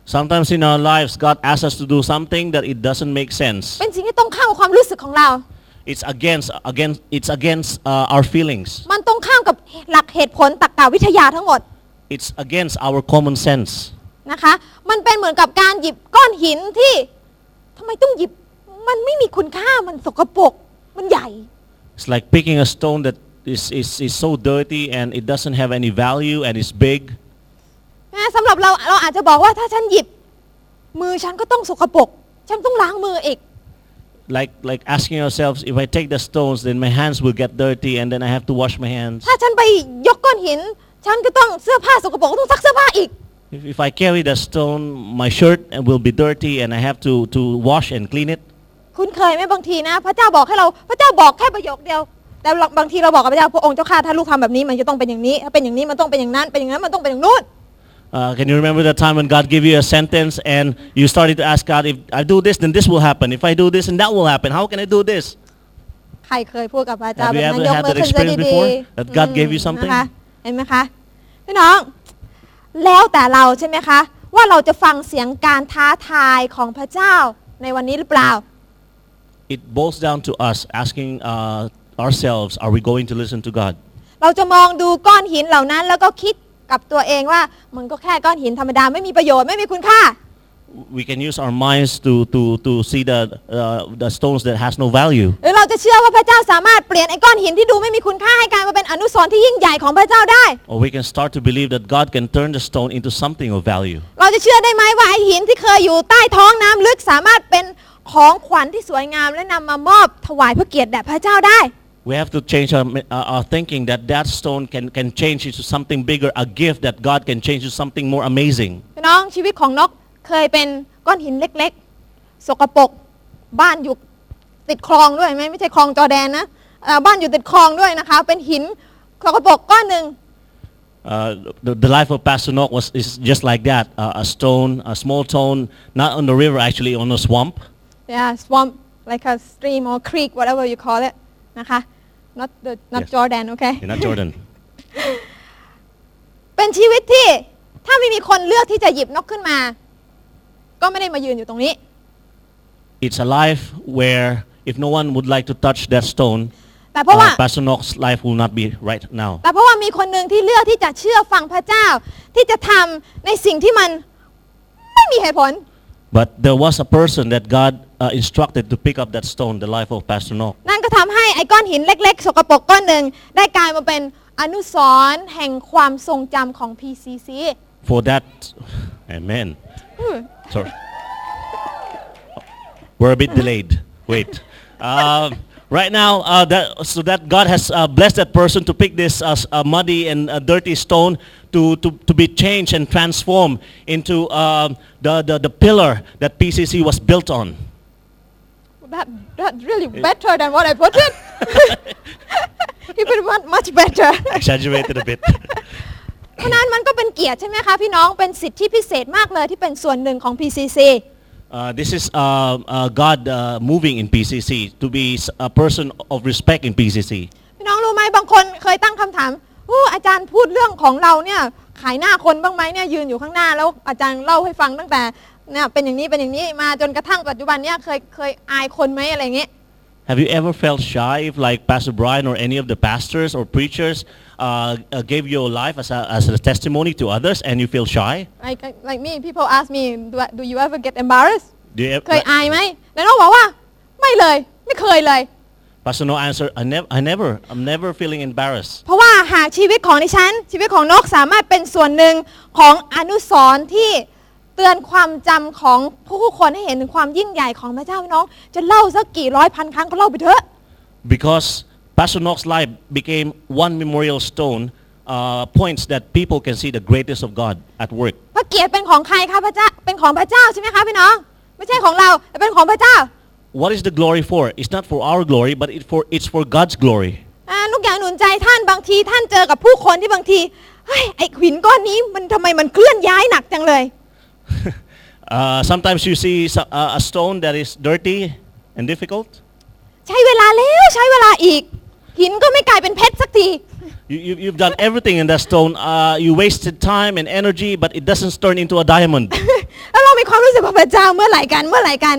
Speaker 2: Sometimes in our lives, God asks us to do something that it doesn't make sense.
Speaker 1: เป็นสิ่งที่ตรงข้ามกับความรู้สึกของเรา
Speaker 2: It's against, against, it's against uh, our feelings.
Speaker 1: มันตรงข้ามกับหลักเหตุผลตรรกะวิทยาทั้งหมด
Speaker 2: It's against our common sense.
Speaker 1: นะคะ มันเป็นเหมือนกับการหยิบก้อนหินที่ทำไมต้องหยิบ มันไม่มีคุณค่า มันสกปรก มันใหญ่
Speaker 2: It's like picking a stone that is, is, is so dirty and it doesn't have any value and it's big.
Speaker 1: นะสำหรับเราเราอาจจะบอกว่าถ้าฉันหยิบ มือฉันก็ต้องสกปรก ฉันต้องล้างมืออีก
Speaker 2: Like, like asking ourselves, if I take the stones, then my hands will get dirty and then I have to wash my hands.
Speaker 1: ถ้าฉันไปยกก้อนหิน ฉันก็ต้องเสื้อผ้าสกปรกก็ต้องซักเสื้อผ้าอีก
Speaker 2: If, if I carry the stone, my shirt will be dirty and I have to, to wash and clean it.
Speaker 1: คุณเคยไหมบางทีนะ พระเจ้าบอกให้เราพระเจ้าบอกแค่ประโยคเดียว แต่บางทีเราบอกกับพระเจ้าพระองค์เจ้าข้าถ้าลูกทำแบบนี้มันจะต้องเป็นอย่างนี้ ถ้าเป็นอย่างนี้มันต้องเป็นอย่างนั้นเป็นอย่างนั้นมันต้องเป็นอย่างนู้น
Speaker 2: Uh, can you remember the time when God gave you a sentence and you started to ask God, if I do this, then this will happen. If I do this, then that will happen. How can I do this?
Speaker 1: ใครเคยพูดกับพระเจ้า
Speaker 2: Have
Speaker 1: แบบ
Speaker 2: you
Speaker 1: นั้น
Speaker 2: ever
Speaker 1: ยก
Speaker 2: had
Speaker 1: มือ
Speaker 2: that
Speaker 1: ขึ้นซะ
Speaker 2: experience
Speaker 1: ดี
Speaker 2: before
Speaker 1: ๆ
Speaker 2: that God gave you
Speaker 1: อืม
Speaker 2: something?
Speaker 1: นะคะเห็นไหมคะพี่น้องแล้วแต่เราใช่ไหมคะ ว่าเราจะฟังเสียงการท้าทายของพระเจ้าในวันนี้หรือเปล่า
Speaker 2: It boils down to us asking uh, ourselves, are we going to listen to God?
Speaker 1: เราจะมองดูก้อนหินเหล่านั้น แล้วก็คิดกับตัวเองว่า มันก็แค่ก้อนหินธรรมดาไม่มีประโยชน์ไม่มีคุณค่า
Speaker 2: We can use our minds to, to, to see the, uh, the stones that has no value.
Speaker 1: หรือเราจะเชื่อว่าพระเจ้าสามารถเปลี่ยนไอ้ก้อนหินที่ดูไม่มีคุณค่าให้กลายมาเป็นอนุสรณ์ที่ยิ่งใหญ่ของพระเจ้าได้
Speaker 2: Or we can start to believe that God can turn the stone into something of value.
Speaker 1: เราจะเชื่อได้ไหมว่าไอ้หินที่เคยอยู่ใต้ท้องน้ำลึกสามารถเป็นของขวัญที่สวยงามและนำมามอบถวายพระเกียรติแด่พระเจ้าได้
Speaker 2: We have to change our, uh, our thinking that that stone can, can change into something bigger, a gift that God can change to something more amazing.
Speaker 1: พี่น้องชีวิตของนกเคยเป็นก้อนหินเล็กๆ สกปรกบ้านอยู่ติดคลองด้วยไหมไม่ใช่คลองจอร์แดนนะเอ่อบ้านอยู่ติดคลองด้วยนะคะ เป็นหินสกปรกก้อนหนึ่ง
Speaker 2: Uh, the, the life of Pastor Nok was is just like that. Uh, a stone, a small stone, not on the river actually, on a swamp.
Speaker 1: yeah swamp like a stream or creek whatever you call it นะคะ not the not
Speaker 2: Yes.
Speaker 1: Jordan okay
Speaker 2: In Jordan.
Speaker 1: เป็นชีวิตที่ถ้าไม่มีคนเลือกที่จะหยิบนกขึ้นมา ก็ไม่ได้มายืนอยู่ตรงนี้
Speaker 2: It's a life where if no one would like to touch that stone,
Speaker 1: แต่เพราะว่า
Speaker 2: uh, Pastor Nok's life will not be right now.
Speaker 1: แต่เพราะว่ามีคนหนึ่งที่เลือกที่จะเชื่อฟังพระเจ้า ที่จะทำในสิ่งที่มันไม่มีเหตุผล
Speaker 2: But there was a person that God uh, instructed to pick up that stone, the life of Pastor Nok.
Speaker 1: นั่นก็ทำให้ไอ้ก้อนหินเล็ก ๆ สกปรกก้อนหนึ่งได้กลายมาเป็นอนุสรณ์แห่งความทรงจำของ PCC
Speaker 2: For that, amen. Sorry. We're a bit delayed. Wait. Um, right now, uh, that, so that God has uh, blessed that person to pick this uh, s- uh, muddy and uh, dirty stone to, to, to be changed and transformed into um the, the, the pillar that PCC was built on.
Speaker 1: that that really better than what I put it you put it much- much better
Speaker 2: Exaggerated a bit.
Speaker 1: เพราะฉะนั้นมันก็เป็นเกียรติใช่ไหมคะพี่น้องเป็นสิทธิพิเศษมากเลยที่เป็นส่วนหนึ่งของ PCC
Speaker 2: Uh, this is uh, uh, God uh, moving in PCC to be s- a person of respect in PCC.
Speaker 1: พี่น้องรู้ไหมบางคนเคยตั้งคำถามอู้อาจารย์พูดเรื่องของเราเนี่ยขายหน้าคนบ้างไหมเนี่ยยืนอยู่ข้างหน้าแล้วอาจารย์เล่าให้ฟังตั้งแต่เนี่ยเป็นอย่างนี้เป็นอย่างนี้มาจนกระทั่งปัจจุบันเนี่ยเคยเคยอายคนไหมอะไรอย่างเงี้ย
Speaker 2: Have you ever felt shy if like Pastor Brian or any of the pastors or preachers uh, uh, gave your life as a, as a testimony to others and you feel shy?
Speaker 1: like like me people ask me do, I- do you ever get embarrassed
Speaker 2: Do you ev-
Speaker 1: เคยอายไหมแล้วน้องบอกว่า ไม่เลย ไม่เคยเลย
Speaker 2: Pastor No answer. I never, I never, I'm never feeling embarrassed.
Speaker 1: เพราะว่าหากชีวิตของดิฉัน ชีวิตของนกสามารถเป็นส่วนหนึ่งของอนุสรณ์ที่เตือนความจำของผู้คนให้เห็นถึงความยิ่งใหญ่ของพระเจ้าพี่น้อง จะเล่าสักกี่ร้อยพันครั้งก็เล่าไปเถอะ
Speaker 2: Because Pastor No's life became one memorial stone, uh, points that people can see the greatness of God at work.
Speaker 1: พระเกียรติเป็นของใครคะพระเจ้าเป็นของพระเจ้าใช่ไหมคะพี่น้อง ไม่ใช่ของเราแต่เป็นของพระเจ้า
Speaker 2: What is the glory for? It's not for our glory, but it for, it's for God's glory.
Speaker 1: อ่าลูกอยากหนุนใจท่านบางทีท่านเจอกับผู้คนที่บางทีเฮ้ยไอ้หินก้อนนี้มันทำไมมันเคลื่อนย้ายหนักจังเลย
Speaker 2: Uh, sometimes you see so- uh, a stone that is dirty and difficult.
Speaker 1: ใช้เวลาแล้วใช้เวลาอีก หินก็ไม่กลายเป็นเพชรสักที
Speaker 2: You, you, you've done everything in that stone. Uh, you wasted time and energy, but it doesn't turn into a diamond.
Speaker 1: แล้วเรามีความรู้สึกว่าพระเจ้าเมื่อไหร่กันเมื่อไหร่กัน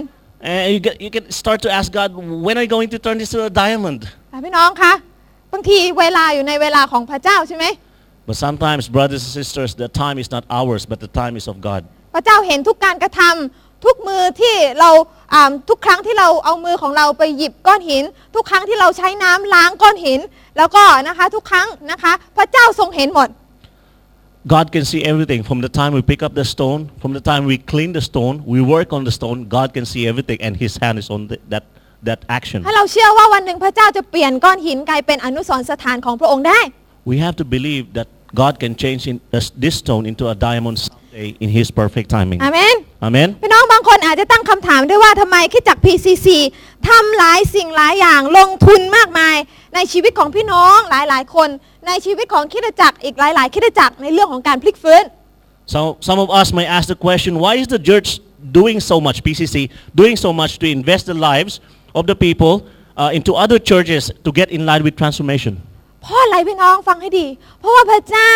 Speaker 2: and you, get, you can start to ask God, when are you going to turn this to a diamond?
Speaker 1: อ่ะพี่น้องคะบางทีเวลาอยู่ในเวลาของพระเจ้าใช่ไหม
Speaker 2: But sometimes, brothers and sisters, the time is not ours, but the time is of God.
Speaker 1: พระเจ้าเห็นทุกการกระทำทุกมือที่เราอ่าทุกครั้งที่เราเอามือของเราไปหยิบก้อนหิน ทุกครั้งที่เราใช้น้ำล้างก้อนหิน แล้วก็นะคะทุกครั้งนะคะ พระเจ้าทรงเห็นหมด
Speaker 2: God can see everything from the time we pick up the stone, from the time we clean the stone, we work on the stone, God can see everything, and His hand is on th- that, that action.
Speaker 1: ถ้าเราเชื่อว่าวันหนึ่งพระเจ้าจะเปลี่ยนก้อนหินกลายเป็นอนุสรณ์สถานของพระองค์ได้
Speaker 2: We have to believe that God can change in this, this stone into a diamond someday in His perfect timing.
Speaker 1: อาเมน
Speaker 2: Amen?
Speaker 1: พี่น้องบางคนอาจจะตั้งคำถามด้วยว่าทำไมคิดจาก PCC ทำหลายสิ่งหลายอย่างลงทุนมากมาย ในชีวิตของพี่น้องหลาย ๆ คน ในชีวิตของคริดจักรอีกหลาย ๆคริดจักรในเรื่องของการพลิกฟื้น
Speaker 2: So some of us may ask the question, why is the church doing so much, PCC, doing so much to invest the lives of the people uh, into other churches to get in line with transformation?
Speaker 1: เพราะอะไรพี่น้องฟังให้ดี เพราะว่าพระเจ้า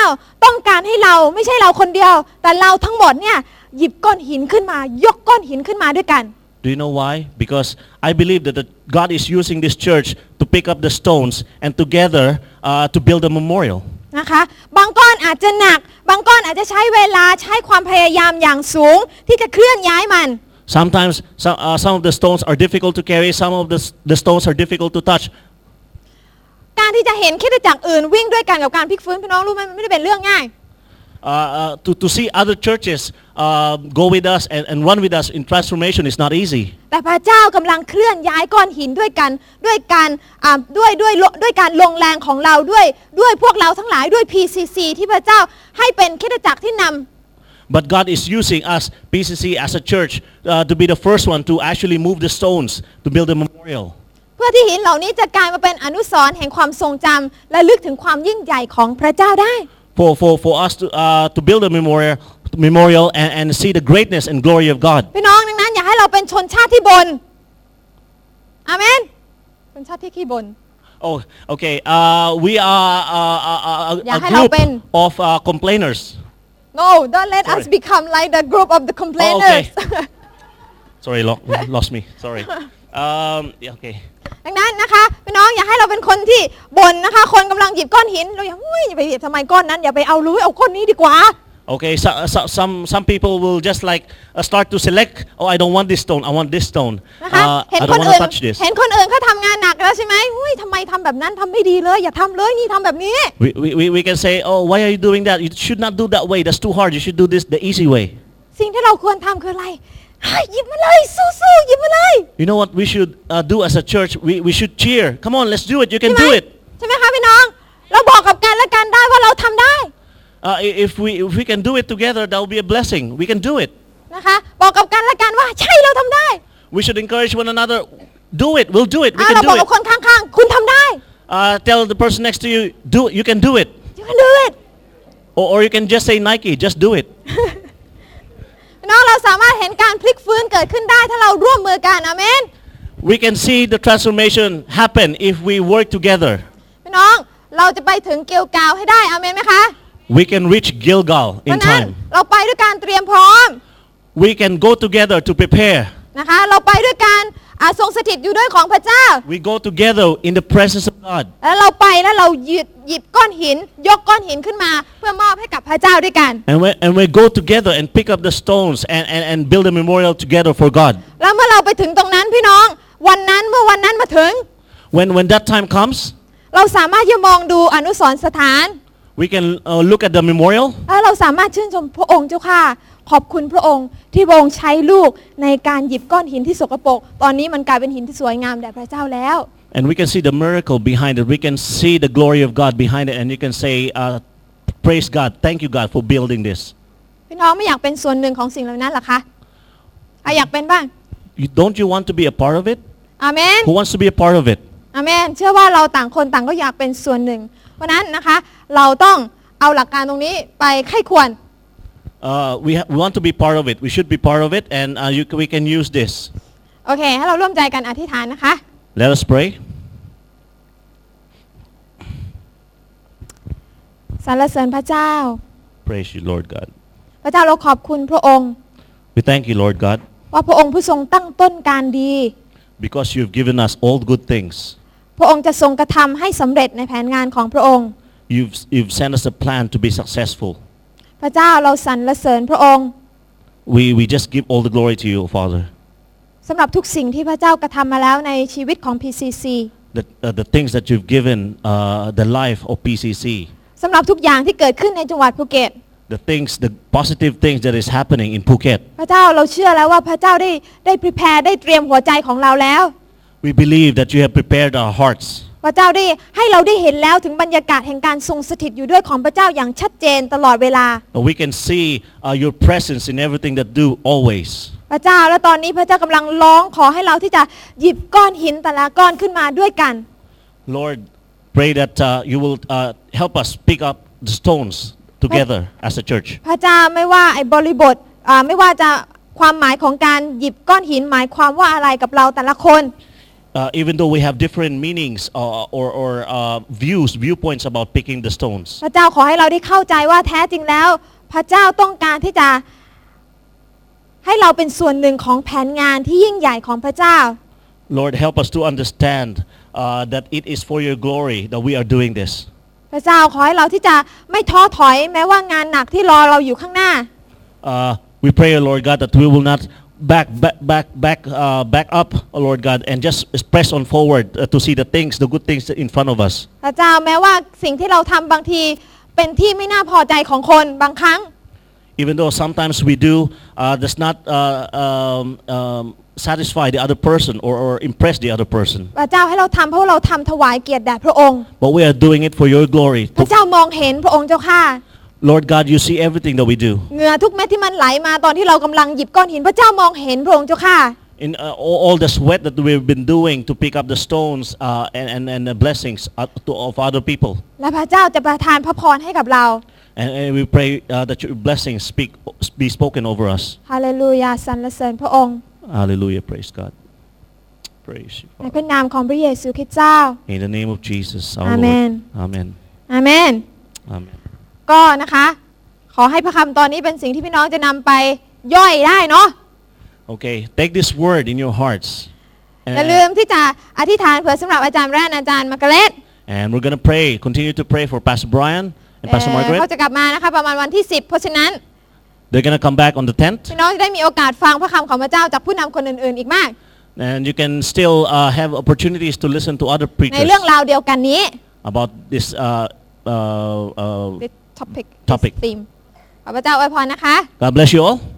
Speaker 1: ต้องการให้เราไม่ใช่เราคนเดียว แต่เราทั้งหมดเนี่ยหยิบก้อนหินขึ้นมา ยกก้อนหินขึ้นมาด้วยกัน
Speaker 2: Do you know why? Because I believe that the, God is using this church to pick up the stones and together uh, to build a memorial.
Speaker 1: นะคะบางก้อนอาจจะหนัก บางก้อนอาจจะใช้เวลาใช้ความพยายามอย่างสูง ที่จะเคลื่อนย้ายมัน
Speaker 2: Sometimes so, uh, some of the stones are difficult to carry, some of the, s- the stones are difficult to touch.
Speaker 1: การที่จะเห็นคริดจักรอื่นวิ่งด้วยกันกับการพลิกฟื้นพี่น้องรู้ไหมมันไม่ได้เป็นเรื่องง่าย
Speaker 2: Uh, uh, to, to see other churches uh, go with us and, and run with us in transformation is not easy.
Speaker 1: แต่พระเจ้ากำลังเคลื่อนย้ายก้อนหินด้วยกัน ด้วยการอ่าด้วยด้วยด้วยด้วยการลงแรงของเราด้วย ด้วยพวกเราทั้งหลายด้วย PCC ที่พระเจ้าให้เป็นคริดจักรที่นำ
Speaker 2: But God is using us, PCC, as a church uh, to be the first one to actually move the stones to build a memorial.
Speaker 1: เพื่อที่หินเหล่านี้จะกลายมาเป็นอนุสรณ์แห่งความทรงจำและลึกถึงความยิ่งใหญ่ของพระเจ้าได้
Speaker 2: for, for, for us to, uh, to build a memorial, memorial and, and see the greatness and glory of God.
Speaker 1: พี่น้องดังนั้นอย่าให้เราเป็นชนชาติที่บนอาเมนชนชาติที่ขี้บน
Speaker 2: Oh, okay. Uh, we are uh, uh, uh, a, a
Speaker 1: อยากให้
Speaker 2: group
Speaker 1: เราเป็น
Speaker 2: of uh, complainers.
Speaker 1: no don't let us
Speaker 2: Sorry.
Speaker 1: become like the group of the complainers
Speaker 2: Oh, Sorry, lo- lost me. Sorry. Um, yeah, okay.
Speaker 1: ดังนั้นนะคะพี่น้องอย่าให้เราเป็นคนที่บ่นนะคะ คนกำลังหยิบก้อนหินเราอย่าอุ้ยอย่าไปหยิบทำไมก้อนนั้นอย่าไปเอารู้ยเอาก้อนนี้ดีกว่า
Speaker 2: Okay, so, so, some, some people will just like uh, start to select, oh, I don't want this stone, I want this stone.
Speaker 1: นะคะ
Speaker 2: Uh,
Speaker 1: เห็น
Speaker 2: I
Speaker 1: ค
Speaker 2: don't
Speaker 1: น
Speaker 2: want
Speaker 1: อื่
Speaker 2: to
Speaker 1: น
Speaker 2: touch this.
Speaker 1: เห็นคนอื่นเขาทำงานหนักแล้วใช่ไหมอุ้ยทำไมทำแบบนั้นทำไม่ดีเลย อย่าทำเลยนี่ทำแบบนี้
Speaker 2: We, we, we- we can say, oh, why are you doing that? You should not do that way. That's too hard. You should do this the easy way.
Speaker 1: สิ่งที่เราควรทำคืออะไรเฮ้ยหยิบมาเลยสู้ๆหยิบมาเลย
Speaker 2: You know what we should uh, do as a church? We, we should cheer. Come on, let's do it. You can
Speaker 1: ใช่ไหม
Speaker 2: do it.
Speaker 1: ใช่ไหมคะพี่น้อง เราบอกกับกันและกันได้ว่าเราทำได้
Speaker 2: Uh, i- if, we, if we can do it together, that will be a blessing. We can do it.
Speaker 1: นะคะ บอกกับกันและกันว่าใช่เราทำได้
Speaker 2: We should encourage one another. Do it. We'll do it. We
Speaker 1: อ่ะ
Speaker 2: can
Speaker 1: เราบ
Speaker 2: do
Speaker 1: อกกับค
Speaker 2: it.
Speaker 1: นข้างๆ คุณทำได้
Speaker 2: Uh, tell the person next to you, do you can do it.
Speaker 1: ยูคันดูด
Speaker 2: Or, or you can just say Nike, just do it.
Speaker 1: น้องเราสามารถเห็นการพลิกฟื้นเกิดขึ้นได้ถ้าเราร่วมมือกันอาเมน
Speaker 2: We can see the transformation happen if we work together.
Speaker 1: พี่น้องเราจะไปถึงเกียวกาวให้ได้อาเมนไหมคะ
Speaker 2: We can reach Gilgal
Speaker 1: เพราะ
Speaker 2: in
Speaker 1: ฉะนั้น
Speaker 2: time.
Speaker 1: เราไปด้วยการเตรียมพร้อม
Speaker 2: We can go together to prepare.
Speaker 1: นะคะ เราไปด้วยการ อาจทรงสถิตอยู่ด้วยของพระเจ้า
Speaker 2: We go together in the presence of God.
Speaker 1: แล้วเราไปแล้วเราหยิบหยิบก้อนหิน ยกก้อนหินขึ้นมา เพื่อมอบให้กับพระเจ้าด้วยกัน
Speaker 2: And we, and we go together and pick up the stones and, and, and build a memorial together for God.
Speaker 1: แล้วเมื่อเราไปถึงตรงนั้นพี่น้อง วันนั้นเมื่อวันนั้นมาถึง
Speaker 2: When, when that time comes,
Speaker 1: เราสามารถจะมองดูอนุสรณ์สถาน
Speaker 2: we can uh, look at the memorial
Speaker 1: แล้วเราสามารถชื่นชมพระองค์เจ้าค่ะ ขอบคุณพระองค์ที่พระองค์ใช้ลูกในการหยิบก้อนหินที่สกปรกตอนนี้มันกลายเป็นหินที่สวยงามแด่พระเจ้าแล้ว
Speaker 2: and we can see the miracle behind it. We can see the glory of God behind it. And you can say, uh, praise God. Thank you, God, for building this.
Speaker 1: พี่น้องไม่อยากเป็นส่วนหนึ่งของสิ่งเหล่านั้นเหรอคะใครอยากเป็นบ้าง
Speaker 2: You, don't you want to be a part of it?
Speaker 1: อาเมน
Speaker 2: Who wants to be a part of it?
Speaker 1: อาเมน เชื่อว่าเราต่างคนต่างก็อยากเป็นส่วนหนึ่ง เพราะฉะนั้นนะคะ เราต้องเอาหลักการตรงนี้ไปไข้ควร
Speaker 2: Uh, we, ha- we want to be part of it. We should be part of it. And uh, you, c- we can use this.
Speaker 1: โอเค ให้เราร่วมใจกันอธิษฐานนะคะ
Speaker 2: Let us pray.
Speaker 1: สรรเสริญพระเจ้า
Speaker 2: Praise you, Lord God.
Speaker 1: พระเจ้าเราขอบคุณพระองค์
Speaker 2: We thank you, Lord God,
Speaker 1: ว่าพระองค์ผู้ทรงตั้งต้นการดี
Speaker 2: because you've given us all good things.
Speaker 1: พระองค์จะทรงกระทำให้สำเร็จในแผนงานของพระองค์
Speaker 2: You've, you've sent us a plan to be successful.
Speaker 1: พระเจ้าเราสรรเสริญพระองค์
Speaker 2: We, we just give all the glory to you, Father.
Speaker 1: สำหรับทุกสิ่งที่พระเจ้ากระทำมาแล้วในชีวิตของ PCC
Speaker 2: The, uh, the things that you've given, uh, the life of PCC,
Speaker 1: สำหรับทุกอย่างที่เกิดขึ้นในจังหวัดภูเก็ต
Speaker 2: the things, the positive things that is happening in Phuket.
Speaker 1: พระเจ้าเราเชื่อแล้วว่าพระเจ้าได้ได้ prepare ได้เตรียมหัวใจของเราแล้ว
Speaker 2: We believe that you have prepared our hearts
Speaker 1: พระเจ้าได้ให้เราได้เห็นแล้วถึงบรรยากาศแห่งการทรงสถิตอยู่ด้วยของพระเจ้าอย่างชัดเจนตลอดเวลา
Speaker 2: And we can see uh, your presence in everything that do always.
Speaker 1: พระเจ้าและตอนนี้พระเจ้ากำลังร้องขอให้เราที่จะหยิบก้อนหินแต่ละก้อนขึ้นมาด้วยกัน
Speaker 2: Lord, pray that uh, you will uh, help us pick up the stones together as a church.
Speaker 1: พระเจ้าไม่ว่าไอ้บริบทอ่าไม่ว่าจะความหมายของการหยิบก้อนหินหมายความว่าอะไรกับเราแต่ละคน
Speaker 2: Uh, even though we have different meanings uh, or, or uh, views, viewpoints about picking the stones.
Speaker 1: พระเจ้าขอให้เราได้เข้าใจว่าแท้จริงแล้ว พระเจ้าต้องการที่จะ ให้เราเป็นส่วนหนึ่งของแผนงานที่ยิ่งใหญ่ของพระเจ้า
Speaker 2: Lord, help us to understand uh, that it is for your glory that we are doing this.
Speaker 1: พระเจ้าขอให้เราที่จะไม่ท้อถอยแม้ว่างานหนักที่รอเราอยู่ข้างหน้า
Speaker 2: Uh, we pray, O Lord God, that we will not back, back, back, back, uh, back up, O Lord God, and just press on forward uh, to see the things, the good things in front of us.
Speaker 1: พระเจ้าแม้ว่าสิ่งที่เราทำบางทีเป็นที่ไม่น่าพอใจของคนบางครั้ง
Speaker 2: even though sometimes we do uh, does not uh, um, um, satisfy the other person or, or impress the other person
Speaker 1: พระเจ้าให้เราทำเพราะเราทำถวายเกียรติแด่พระองค์
Speaker 2: but we are doing it for your glory
Speaker 1: พระเจ้ามองเห็นพระองค์เจ้าค่ะ
Speaker 2: lord god you see everything that we do
Speaker 1: เหงื่อทุกเม็ดที่มันไหลมาตอนที่เรากำลังหยิบก้อนหิน พระเจ้ามองเห็นพระองค์เจ้าค่ะ
Speaker 2: in uh, all, all the sweat that we've been doing to pick up the stones uh, and, and, and the blessings uh, to, of other people
Speaker 1: และพระเจ้าจะประทานพระพรให้กับเรา
Speaker 2: and, and we pray uh, that your blessings speak, be spoken over us
Speaker 1: ฮาเลลูยาสรรเสริญพระองค์
Speaker 2: hallelujah praise god praise you
Speaker 1: ใน
Speaker 2: Father.
Speaker 1: พระนามของพระเยซูคริสต์เจ้า
Speaker 2: in the name of jesus our
Speaker 1: Amen.
Speaker 2: Lord. amen
Speaker 1: อาเมน
Speaker 2: amen
Speaker 1: ก็นะคะ ขอให้พระคำตอนนี้เป็นสิ่งที่พี่น้องจะนำไปย่อยได้เนาะ
Speaker 2: Okay, take this word in your hearts.
Speaker 1: อย่าลืมที่จะอธิษฐานเผื่อสำหรับอาจารย์แรนอาจารย์มาร์กาเร็ต
Speaker 2: and we're going to pray, continue to pray for Pastor Brian and Pastor
Speaker 1: เอ่อเขา
Speaker 2: Margaret.
Speaker 1: จะกลับมานะคะประมาณวันที่ 10 เพราะฉะนั้น
Speaker 2: They're going to come back on the 10th.
Speaker 1: พี่น้องจะได้มีโอกาสฟังพระคำของพระเจ้าจากผู้นำคนอื่นๆ อีกมาก
Speaker 2: And you can still uh, have opportunities to listen to other
Speaker 1: ใน
Speaker 2: preachers
Speaker 1: เรื่องราวเดียวกันนี้
Speaker 2: about this uh, uh, uh,
Speaker 1: the topic
Speaker 2: Topic
Speaker 1: theme ขอพระเจ้าอวยพรนะคะ
Speaker 2: God bless you all.